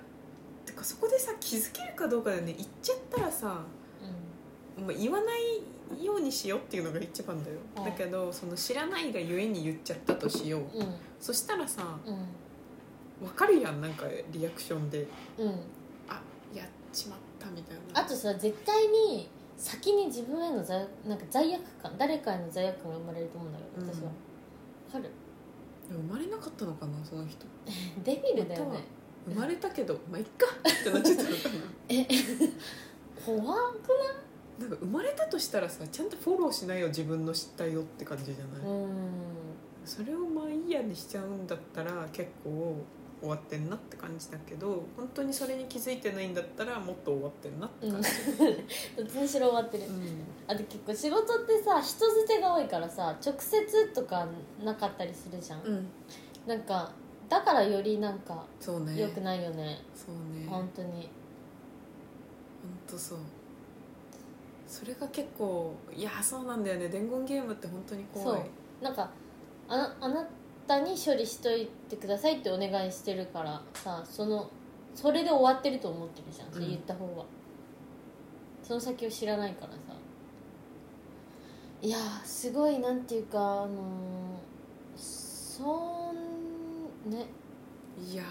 てかそこでさ気づけるかどうかだよね言っちゃったらさ
う
まあ言わないようにしようっていうのが一番だよ、
うん
だけどその知らないがゆえに言っちゃったとしようんそしたらさ
うん
分かるやんなんかリアクションで
うんうん
あやっちまったみたいな
あとさ絶対に先に自分への罪なんか罪悪感誰かへの罪悪感が生まれると思うんだけど私は、わかる
生まれなかったのかなその人
デビルだよ
ま
ね
た生まれたけどまあいっかってなっちゃったのか
怖く
な なんか生まれたとしたらさちゃんとフォローしないよ自分の知ったよって感じじゃない、
うん
それをまあいいやにしちゃうんだったら結構終わってんなって感じだけど本当にそれに気づいてないんだったらもっと終わってんなって感じ、
どっちにしろ終わってる
うん
あと結構仕事ってさ人捨てが多いからさ直接とかなかったりするじゃん、
うん、
なんかだからよりなんか
そうね
良くないよね、
そうね
本当に
ほんとそうそれが結構いやそうなんだよね伝言ゲームって本当に怖い
そうなんかあなあなたに処理しといてくださいってお願いしてるからさそのそれで終わってると思ってるじゃんそれ言った方は、その先を知らないからさいやーすごいなんていうかあのーそんね
いや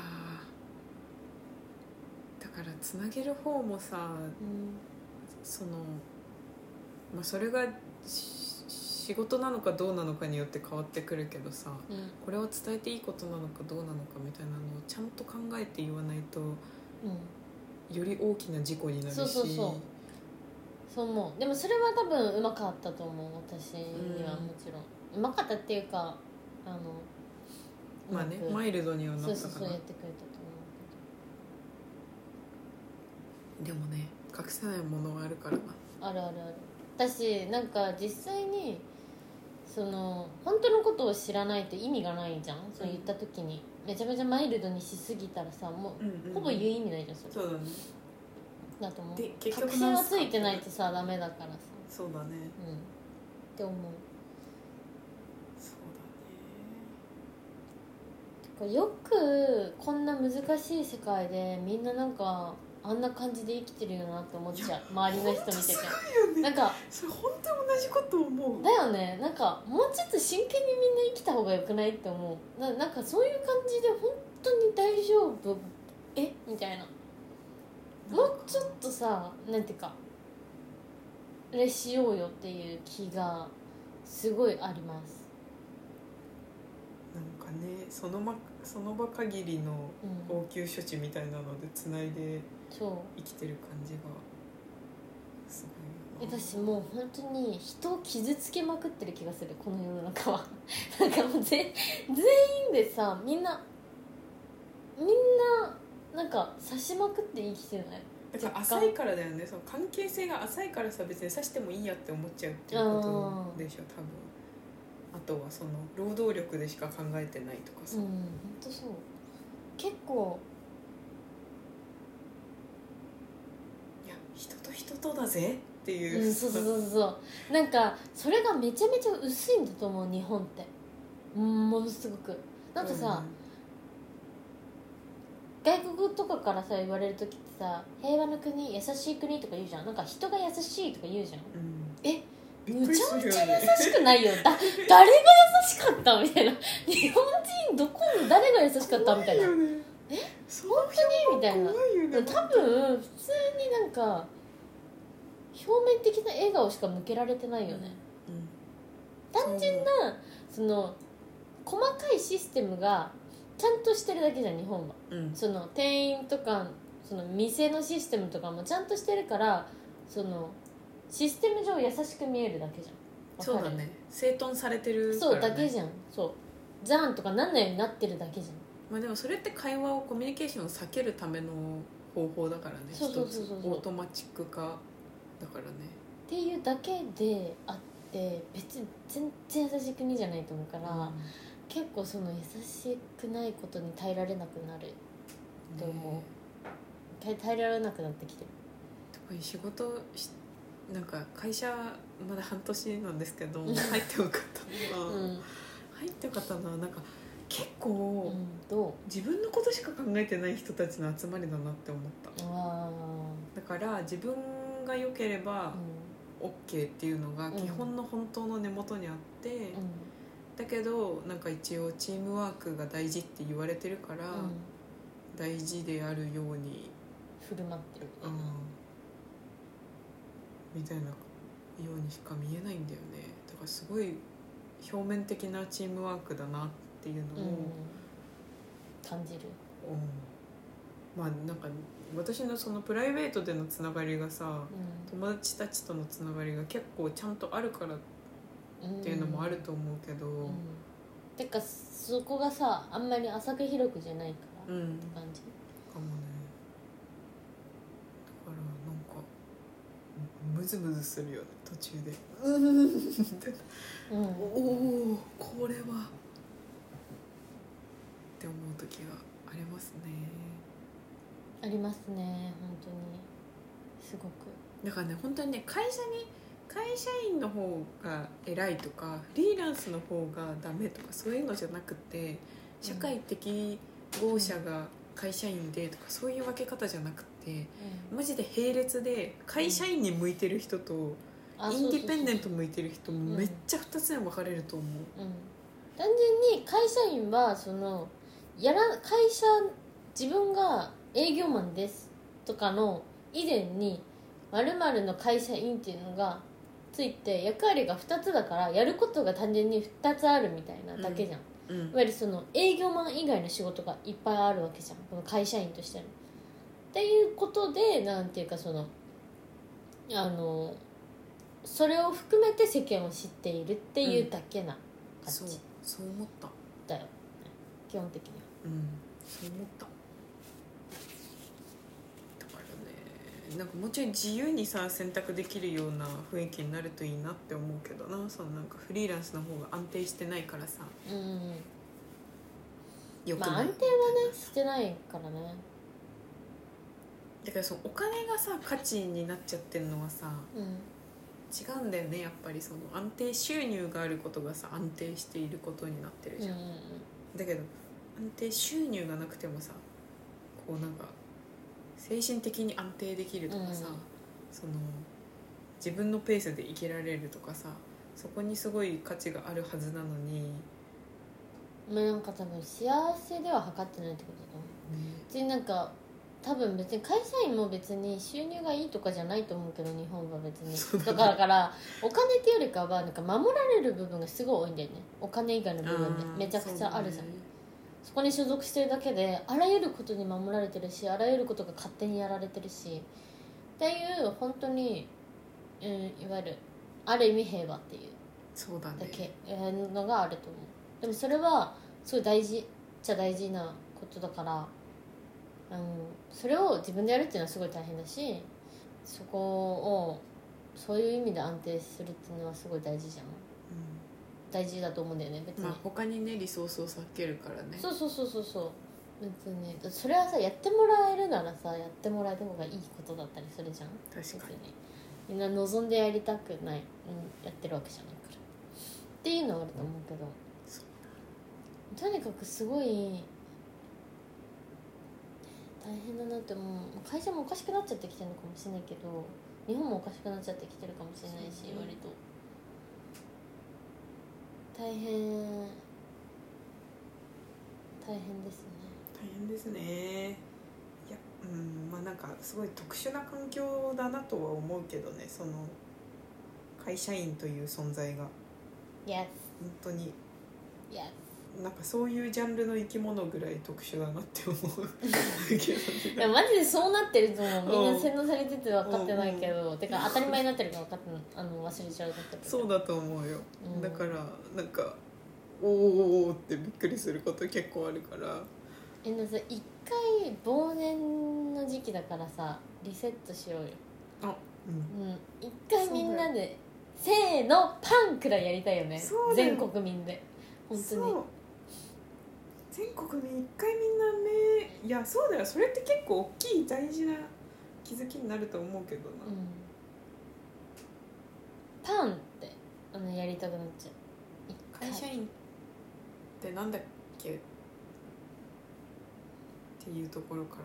ーだからつなげる方もさ
うん
その、まあ、それがし仕事なのかどうなのかによって変わってくるけどさ
うん
これを伝えていいことなのかどうなのかみたいなのをちゃんと考えて言わないと
うん
より大きな事故になるし
そうそうそうそう思うでもそれは多分うまかったと思う私には
うん
もちろんうまかったっていうかあの
まあね
うまく
マイルドにはなった
そ
か
う
な
そうそうやってくれたと思うけど
でもね隠せないものはあるからな
あるあるある私なんか実際にその本当のことを知らないと意味がないじゃん、そう言った時にめちゃめちゃマイルドにしすぎたらさも
うんうんう
うんほぼ言う意味ないじゃんそれ
そうだね
だと思う
で結
確
局
信
なん
は
すか
ついてないとさダメだからさ
そうだね
うんって思う
そう
よくこんな難しい世界でみんななんかあんな感じで生きてるよなって思っちゃう周りの人見て
ほんと
て
だね
な
いや
ん
ね
か
それ本当に同じこと思う
だよねなんかもうちょっと真剣にみんな生きた方がよくないって思うななんかそういう感じで本当に大丈夫えみたいなもうちょっとさなんていうかあれしようよっていう気がすごいあります、
なんかねその,、ま、その場限りの
うん、
応急処置みたいなのでつないで
そう
生きてる感じがすごいよな
私もう本当に人を傷つけまくってる気がするこの世の中は なんかもうぜ全員でさみんなみんななんか刺しまくって生きてない
だから浅いからだよねその関係性が浅いからさ別に刺してもいいやって思っちゃうっていうことでしょ多分あとはその労働力でしか考えてないとか
う
さ、
ん本当そう結構
いや人と人とだぜって
う
いう、
んそうそうそうそうなんかそれがめちゃめちゃ薄いんだと思う日本ってうんものすごくなんかさ、外国とかからさ言われる時ってさ平和の国優しい国とか言うじゃんなんか人が優しいとか言うじゃん
うん、うん
え
びっくりするよね
優しくないよだ誰が優しかったみたいな日本人どこの誰が優しかったみたいな
怖よねその表
みたいな
怖いよ
多分普
ね
通になんか表面的な笑顔しか向けられてないよね、
うん
単純なその細かいシステムがちゃんとしてるだけじゃん日本は
うん
その店員とかその店のシステムとかもちゃんとしてるからそのシステム上優しく見えるだけじゃんわかる
そうだね整頓されてるから、
そ
ね、
うだけじゃんそうじゃんとかなんないようになってるだけじゃん
まあでもそれって会話をコミュニケーションを避けるための方法だからね
そうそうそうそう
一つオートマチック化だからね
ていうだけであって別に全然優しい国じゃないと思うから、結構その優しくないことに耐えられなくなる
うん
でも
ね
耐耐えられなくなってきてる
特に仕事しなんか会社まだ半年なんですけど入ってよかった
う
な、
ん、
入ってよかったななんか結構、
うん、どう
自分のことしか考えてない人たちの集まりだなって思った
あ
だから自分が良ければ
あうん
OK っていうのが
うん
基本の本当の根元にあって、
う
だけどなんか一応チームワークが大事って言われてるから、
んうん
大事であるように、
振る舞ってる
うん、みたいなようにしか見えないんだよねだからすごい表面的なチームワークだなっていう
う
の
ん
を、
感じる
うんまあなんか私のそのプライベートでのつながりがさ
う
友達たちとのつながりが結構ちゃんとあるからっ
ん
ていうのもあると思うけど、
うんてかそこがさあんまり浅く広くじゃないか
う
らっ
ん
て感じ
かもねだからなんかむムズムズするよね途中で
うん
おおこれはって思う時がありますね
ありますね本当にすごく
だからね本当にね会社に会社員の方が偉いとかフリーランスの方がダメとかそういうのじゃなくて社会的合者が会社員でとかそういう分け方じゃなくてマジで並列で会社員に向いてる人と
あ
インディペンデン
そ
ト
うそう
向いてる人
う
も
ん
めっちゃ2つに分かれると思う、
そううん単純に会社員はそのやら会社自分が営業マンですとかの以前に〇〇の会社員っていうのがついて役割が2つだからやることが単純に2つあるみたいなだけじゃん、
うん
いわゆるその営業マン以外の仕事がいっぱいあるわけじゃんこの会社員としての。っていうことでなんていうかそのあのそれを含めて世間を知っているっていうだけな感
そう
じ
そう思った
だよ、基本的には。
うんそう思っただからねなんかもうちょい自由にさ選択できるような雰囲気になるといいなって思うけどなそのなんかフリーランスの方が安定してないからさ
うん
よくない、
まあ安定はねしてないからね
だからそのお金がさ価値になっちゃってるのはさ
うん
違うんだよねやっぱりその安定収入があることがさ安定していることになってる
うん
じ
う
ゃん、
ん
だけど安定収入がなくてもさこうなんか精神的に安定できるとかさ、
うん
その自分のペースで生きられるとかさそこにすごい価値があるはずなのに、ね、
うんまあなんか多分幸せでは測ってないってことだと思う別になんか多分別に会社員も別に収入がいいとかじゃないと思うけど日本は別
そう
に
だ
だから
ね
だからお金っていうよりかはなんか守られる部分がすごい多いんだよねお金以外の部分で
あー
めちゃくちゃあるじゃんそ,、
そうね
こに所属してるだけであらゆることに守られてるしあらゆることが勝手にやられてるしっていう本当に、うん、いわゆるある意味平和っていう
そうだね
だけえーのがあると思うでもそれはすごい大事っちゃ大事なことだからあのそれを自分でやるっていうのはすごい大変だしそこをそういう意味で安定するっていうのはすごい大事じゃん大事だと思うんだよね別
うん
に、
まあ他にねリソースを割けるからね
そうそうそうそうそう別にそれはさやってもらえるならさやってもらえた方がいいことだったりするじゃん
確かに
みんな望んでやりたくない、うん、やってるわけじゃないからっていうのはあると思うけど、
そ
とにかくすごい大変だなって思う会社もおかしくなっちゃってきてるのかもしれないけど日本もおかしくなっちゃってきてるかもしれないし、
そうね
割と大変大変ですね
大変ですねいやうんまあなんかすごい特殊な環境だなとは思うけどねその会社員という存在が
Yes
本当に
Yes
なんかそういうジャンルの生き物ぐらい特殊だなって思うけ
い
どね
やマジでそうなってると思うみん
う
なん洗脳されてて分かってないけどてか当たり前になってるから分かってないあの忘れちゃうだったけど
そうだと思うよ、
うん
だからなんかおーおーおーってびっくりすること結構あるから
えなさ一回忘年の時期だからさリセットしようよ
うん
うん一回みんなでせーのパンくらいやりたいよね
そうだよ
全国民で本当
そう全国に一回みんなねいやそうだよそれって結構大きい大事な気づきになると思うけどな、
に、うん、パンってあのやりたくなっちゃう一回
会社員ってなんだっけっていうところか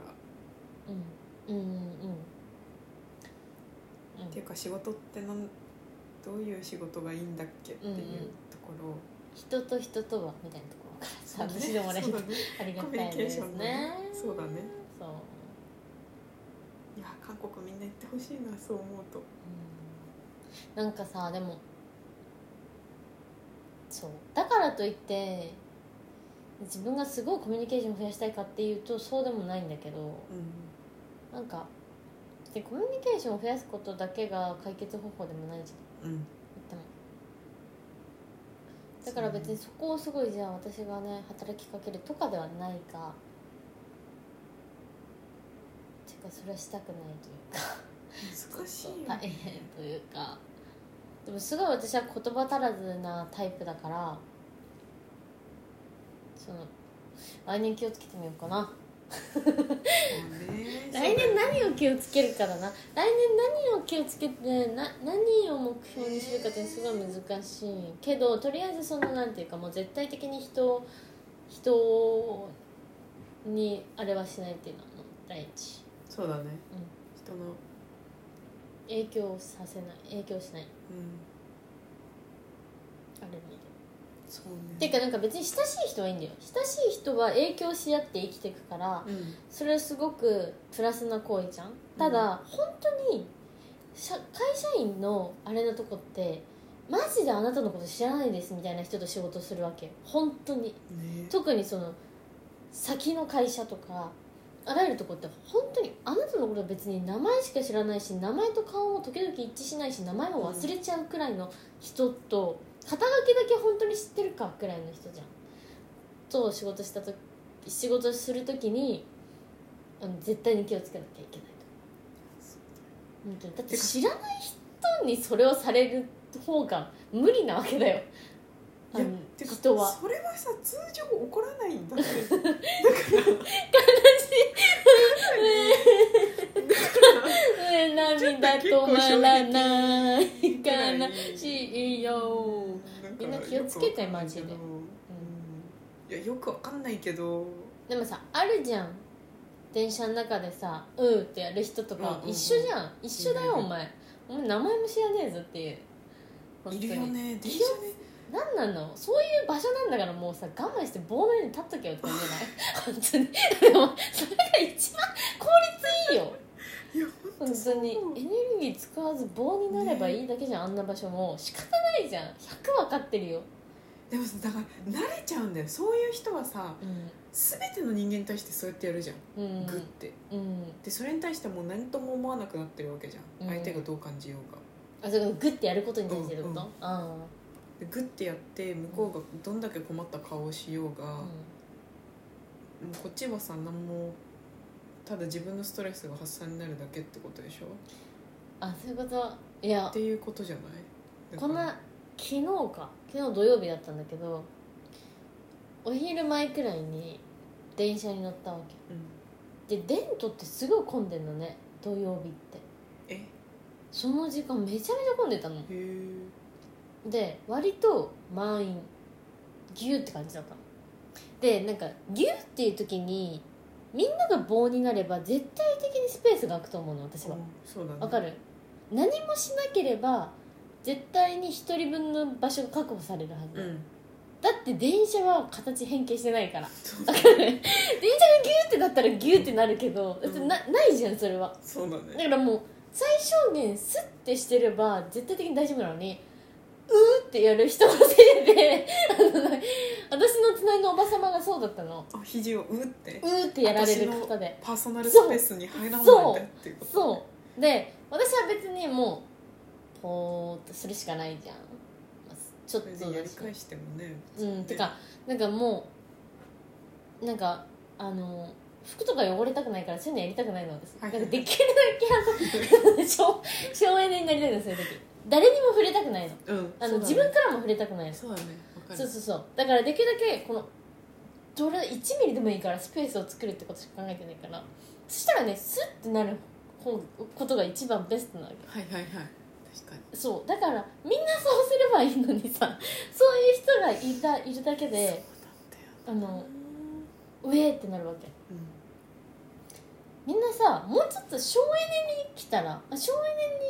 ら
うんうんうんうん
っていうか仕事ってなんどういう仕事がいいんだっけっていうところを、
人と人とはみたいなところから
そうだね
私でもね
そうだね
ありが
コミ
た
ュニ
い
ケー
で
シ
す
ョンの
ね
そうだね
そう、
いや韓国みんな行ってほしいなそう思うと
うんなんかさでもそうだからといって自分がすごいコミュニケーションを増やしたいかっていうとそうでもないんだけど
う
なんかでコミュニケーションを増やすことだけが解決方法でもないじゃん
んうん
言ってもだから別にそこをすごいじゃあ私がね働きかけるとかではないかてかそれはしたくないというか
難しいよ、
大変というかでもすごい私は言葉足らずなタイプだからその来年気をつけてみようかな
もうね
来年何を気をつけるかだな来年何を気をつけてな何を目標にするかってすごい難しいけどとりあえずそのなんていうかもう絶対的に人を人にあれはしないっていうのはもう第一
そうだね、
うん
人の
影響させない影響しない
うん
あれに
そうね
ていうかなんか別に親しい人はいいんだよ親しい人は影響し合って生きていくから
うん
それはすごくプラスな行為じゃんただ、本当に社会社員のあれのとこってマジであなたのこと知らないですみたいな人と仕事するわけよ本当に
ね
特にその先の会社とかあらゆるとこって本当にあなたのことは別に名前しか知らないし名前と顔も時々一致しないし名前も忘れちゃうくらいの人と肩書きだけ本当に知ってるかくらいの人じゃんと仕事したと仕事するときにあの絶対に気をつけなきゃいけないと本当にだって知らない人にそれをされる方が無理なわけだよあ
いや
の
てか
人は
それはさ通常起こらないんだって だから
涙止まらない悲しいよみ
み
んな気をつけてマジで
うんいやよくわかんないけど
でもさあるじゃん電車の中でさ「うー」ってやる人と
うん
か
うんうん
一緒じゃん一緒だよ
いるい
お
る
前お前名前も知らねえぞっていう本
い
当
るよ
に
ね電車ね
何なのそういう場所なんだからもうさ我慢して棒の上に立っとけよって感じじゃない本当にでもそれが一番効率いいよ
いや
本
本当そう
当にエネルギー使わず棒になればいいだけじゃん、あんな場所も仕方ないじゃん100分かってるよ、
でもさだから慣れちゃうんだよそういう人はさ
うん
全ての人間に対してそうやってやるじゃん、
うん
グッて
うん
でそれに対してもう何とも思わなくなってるわけじゃん、
うん
相手がどう感じようが
あそれがグッてやることに対してってこと、
うんうん
あ
でグッてやって向こうがどんだけ困った顔をしようが、
あ
もうこっちはさ何もただ自分のストレスが発散になるだけってことでしょ
あそういうこといや
っていうことじゃないだか
こ
ら
んな昨日か昨日土曜日だったんだけどお昼前くらいに電車に乗ったわ
うん
けでデントってすごい混んでんのね土曜日って
えへ
その時間めちゃめちゃ混んでたの
え
で割と満員ギューって感じだったのでなんかギューっていう時にみんなが棒になれば絶対的にスペースが空くと思うの私は
そうだね
わかる何もしなければ絶対に1人分の場所が確保されるはず、
うん
だって電車は形変形してないから
そう
わかる電車がギューってなったらギューってなるけど、だってなないじゃんそれは
そうだ
だ
ね
からもう最小限スッてしてれば絶対的に大丈夫なのにうーってやる人のせいで あの私の隣のおばさまがそうだったの
あ肘をうって
うーってやられる方で
パーソナルスペースに入らないんだっていうこと
そうで私は別にもうポーっとするしかないじゃんまあちょっ
それ
と
でや
だ
り
し
返してもね
うんてかなんかもうなんかあの服とか汚れたくないからそういうのやりたくないのです、
はい
なんかできるだけあの 省省エネになりたいのそういう時誰にも触れたくないの
うん
あの、自分からも触れたくないの
そうだねわかる
そうそうそうだからできるだけこのどれ1ミリでもいいからスペースを作るってことしか考えてないからそしたらねスッてなる方ことが一番ベストなわけ
はいはいはい確かに
そうだからみんなそうすればいいのにさ そういう人がいたいるだけ
そう
であ
なんだよ
のうえーってなるわけ
うん
みんなさもうちょっと省エネに来たらあ省エ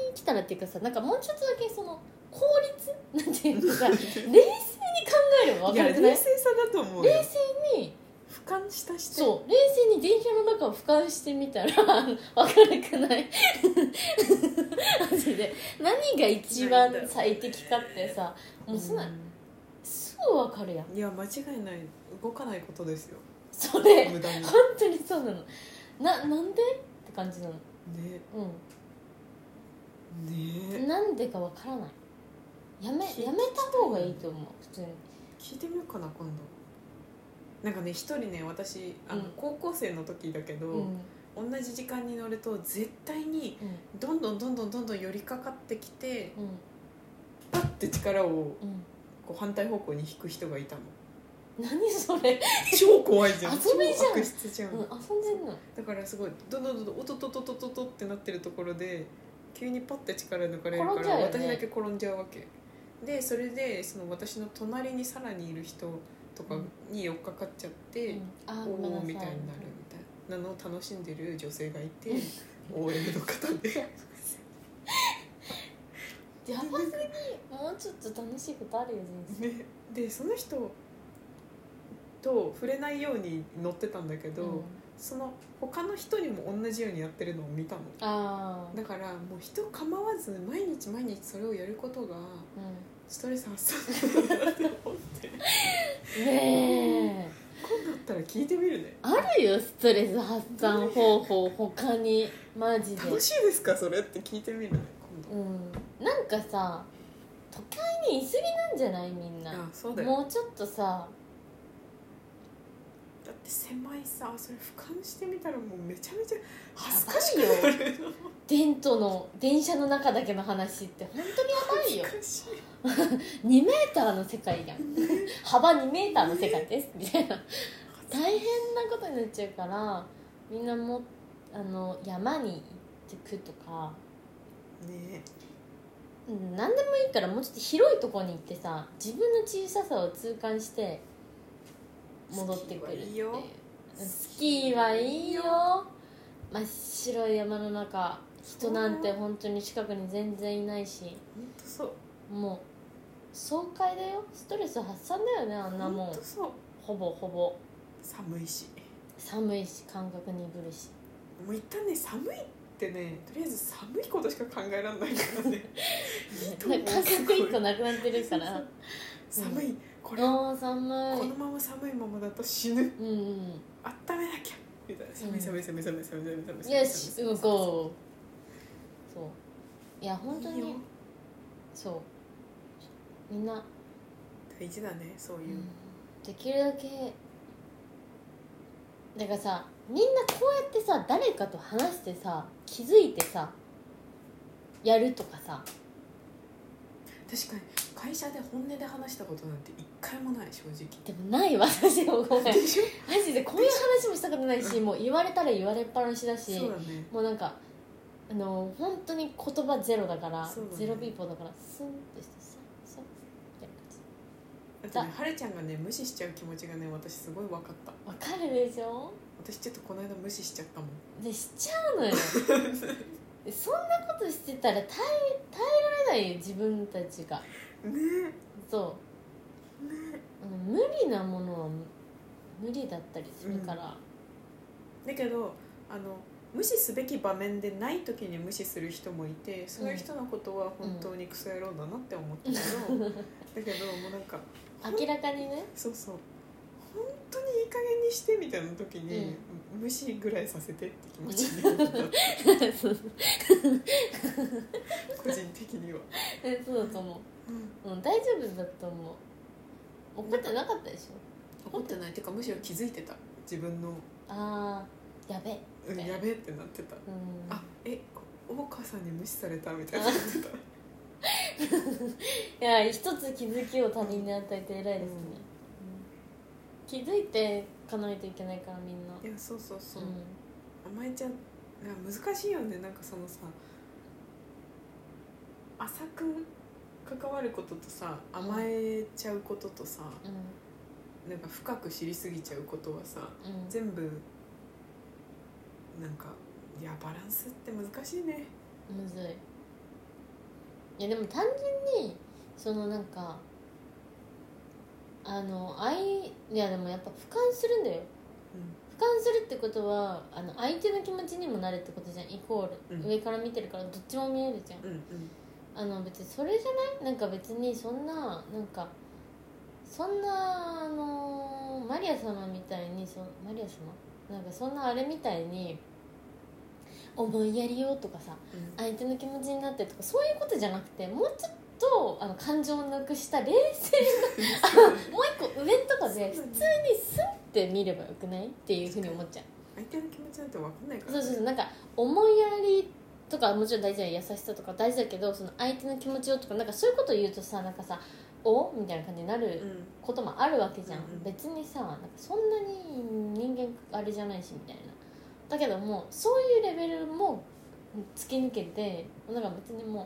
ネに来たらっていうかさなんかもうちょっとだけその効率なんていう かさ冷静に考えれば分
い
か
や
るくない
冷静さだと思うよ
冷静に
俯瞰したして
そう冷静に電車の中を俯瞰してみたら 分からくない マジで何が一番最適かってさもうそんな、すぐ分かるやん
うんいや間違いない動かないことですよ
それ
無駄に
本当にそうなのななんでって感じなの
ね
う
ね
んなんでか分からないやめやめた方がいいと思う普通に
聞いてみようかな今度なんかね一人ね私あの、
うん
高校生の時だけど、
うんうん
同じ時間に乗ると絶対にどんどんどんどんどんどん寄りかかってきて
うん
パッて力を
うん
こう反対方向に引く人がいたの
何それ、
超怖いじゃん
遊びじゃん
超悪質じゃん、
うん、遊んでんの
だからすごいどんどんどんどんおととととととってなってるところで急にパッて力抜かれるか
転んじ
ら
ゃうよね
私だけ転んじゃうわけでそれでその私の隣にさらにいる人とかに寄っかかっちゃって、
うんあ
お
ごめんなさ
おー
い
みたいになるみたいなのを楽しんでる女性がいて OL の方で
やばすぎもうちょっと楽しいことあるよ人生
ね、でその人と触れないように乗ってたんだけど、
うん
その他の人にも同じようにやってるのを見たの
ああ
だからもう人構わず毎日毎日それをやることが
う
ストレス発散だなって思って
んねえ
今度あったら聞いてみるね
あるよストレス発散方法他にマジで
楽しいですかそれって聞いてみるね今度
うんなんかさ都会にいすぎなんじゃないみんな
あそうだよ
もうちょっとさ
だって狭いさそれ俯瞰してみたらもうめちゃめちゃ恥ず
や
かしく
ばいよ
なるの
電都の電車の中だけの話って本当にやばい
恥
よ
ずかしい
2メーターの世界やん 幅2メーターの世界ですみたいな大変なことになっちゃうからみんなもあの山に行ってくとか
ね
うん何でもいいからもうちょっと広いところに行ってさ自分の小ささを痛感して戻ってくるって
スキーはいい
いう
よ
うんスキーはいいよ真っ白い山の中人なんて本当に近くに全然いないし
ほんとそう
もう爽快だよストレス発散だよねあんなも
ほ
ん
んとそう
ほぼほぼ
寒いし
寒いし感覚鈍るし
もう一旦ね寒いってねとりあえず寒いことしか考えられないから ねいいと思う
感覚一個なくなってるから
寒いこれ
あー
こ
寒
のまま寒いままだと死ぬ
いうんうん
あっためなきゃみたいな寒い寒い寒い寒い寒い寒い寒い寒い
よし動こうそういや本当
いいよ
にそうみんな、
大事だねそういう、
できるだけだからさみんなこうやってさ誰かと話してさ気づいてさやるとかさ
確かに会社で本音で話したことなんて一回もない正直
でもない私もごめん
でしょ
マジでこういう話もしたことないしもう言われたら言われっぱなしだし
そうだね
もうなんかあの本当に言葉ゼロだから
そうだね
ゼロピーポーだからスンってしてささみたいな感じ
だってねはるちゃんがね無視しちゃう気持ちがね私すごい分かった
わかるでしょ
私ちょっとこの間無視しちゃったもん
でしちゃうのよでそんなことしてたら耐え耐えられないよ自分たちが
ね
そう、
ね
あの無理なものは無理だったりするから、
だけどあの無視すべき場面でない時に無視する人もいてそういう人のことは本当にクソ野郎だなって思ったけど、だけどもうなんか
明らかにね
そうそう本当にいい加減にしてみたいな時に、無視ぐらいさせてって気持ちになった
そう
個人的には、
そうだと思う、うん、大丈夫だと思う怒ってなかったでしょ
怒ってないっていうかむしろ気づいてた自分の
あーやべえ
うんやべえってなってた
うん
あえお母さんに無視されたみたいになってた
いや一つ気づきを他人に与えて偉いですね、うん気づいてかないといけないからみんな、
いやそうそうそう、
うん
甘えちゃんいや難しいよねなんかそのさ浅く関わることとさ甘えちゃうこととさ、
う
なんか深く知りすぎちゃうことはさ
んうん
全部なんかいやバランスって難しいね
むずいいやでも単純にそのなんかあの相いやでもやっぱ俯瞰するんだよ俯瞰するってことはあの相手の気持ちにもなるってことじゃんイコール、
うん
上から見てるからどっちも見えるじゃん
うんうん
あの別にそれじゃないなんか別にそんななんかそんなあのマリア様みたいにそマリア様なんかそんなあれみたいに思いやりようとかさ
うん
相手の気持ちになってとかそういうことじゃなくてもうちょっとあの感情をなくした冷静なもう一個上とかで普通にスンって見ればよくないっていうふうに思っちゃう
相手の気持ちなんて分かんないから
そうそうそうなんか思いやりとかもちろん大事だよ優しさとか大事だけどその相手の気持ちをとかなんかそういうことを言うとさなんかさ「お?」みたいな感じにな
う
る
ん
こともあるわけじゃん、
うんうん
別にさなんかそんなに人間あれじゃないしみたいなだけどもそういうレベルも突き抜けてなんか別にも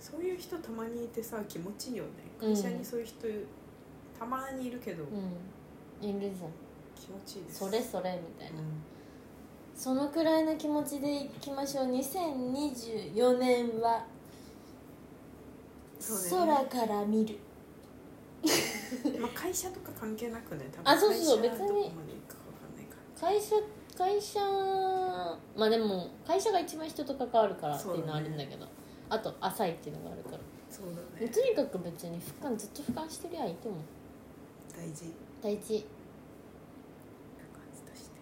そういう人たまにいてさ気持ちいいよね
うん
会社にそういう人、たまにいるけど、
ううんいるじゃん
気持ちいいです
それそれみたいな
う
そのくらいの気持ちでいきましょう2024年は
そうだよ
空から見る
んまあ、会社とか関係なくね多
あそうそう
会社
別に
どこまで行くか分かんないか
会社会社まあでも会社が一番人と関わるからっていうのはあるんだけどあと浅いっていうのがあるから
そうだ
ら
ね
とにかく別に俯瞰ずっと俯瞰してりゃいいと思う
大事
第一
な感じとして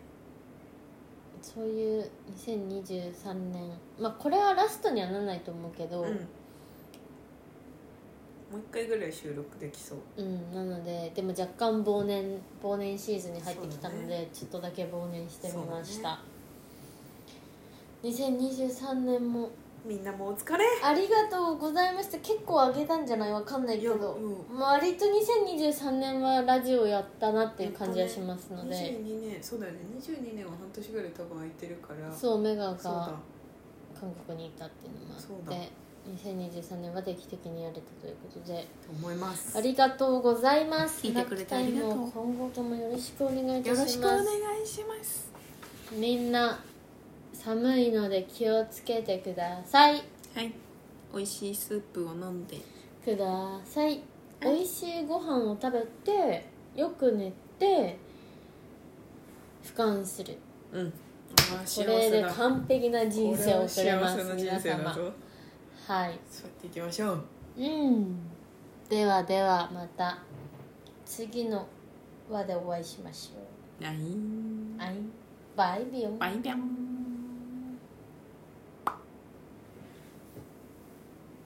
そういう2023年まあこれはラストにはならないと思うけど、
うんもう一回ぐらい収録できそう
うん、なのででも若干忘年忘年シーズンに入ってきたの
そう
で、
だ
ちょっとだけ忘年してみまし
そうだ
た、2023年も
みんなもうお疲れ
ありがとうございました結構あげたんじゃないわかんないけど
う
割と2023年はラジオやったなっていう感じはしますの
ん、
で、
22年そうだよね22年は半年ぐらい多分空いてるからう
そうメガ
そうだ
が韓国にいたっていうのもあ
そう
っ
だ
て2023年は定期的にやれたということで
と思います
ありがとうございます
聞いてくれてありがとう
ラックタイムを今後ともよろしくお願いいた
よ
し
ろ
ま
し
す
くお願いします
みんな寒いので気をつけてください
はい美味しいスープを飲んで
ください美味しいご飯を食べてよく寝て俯瞰する
うんあー
こ
幸
れ
せ
で
だ
完璧な人生を送れます
これは幸せな人
皆
生だ
様
ぞ
はい
座っていきましょう
うんではではまた次の輪でお会いしましょ
Đấy.
うはいバイビヨン
Bye bye.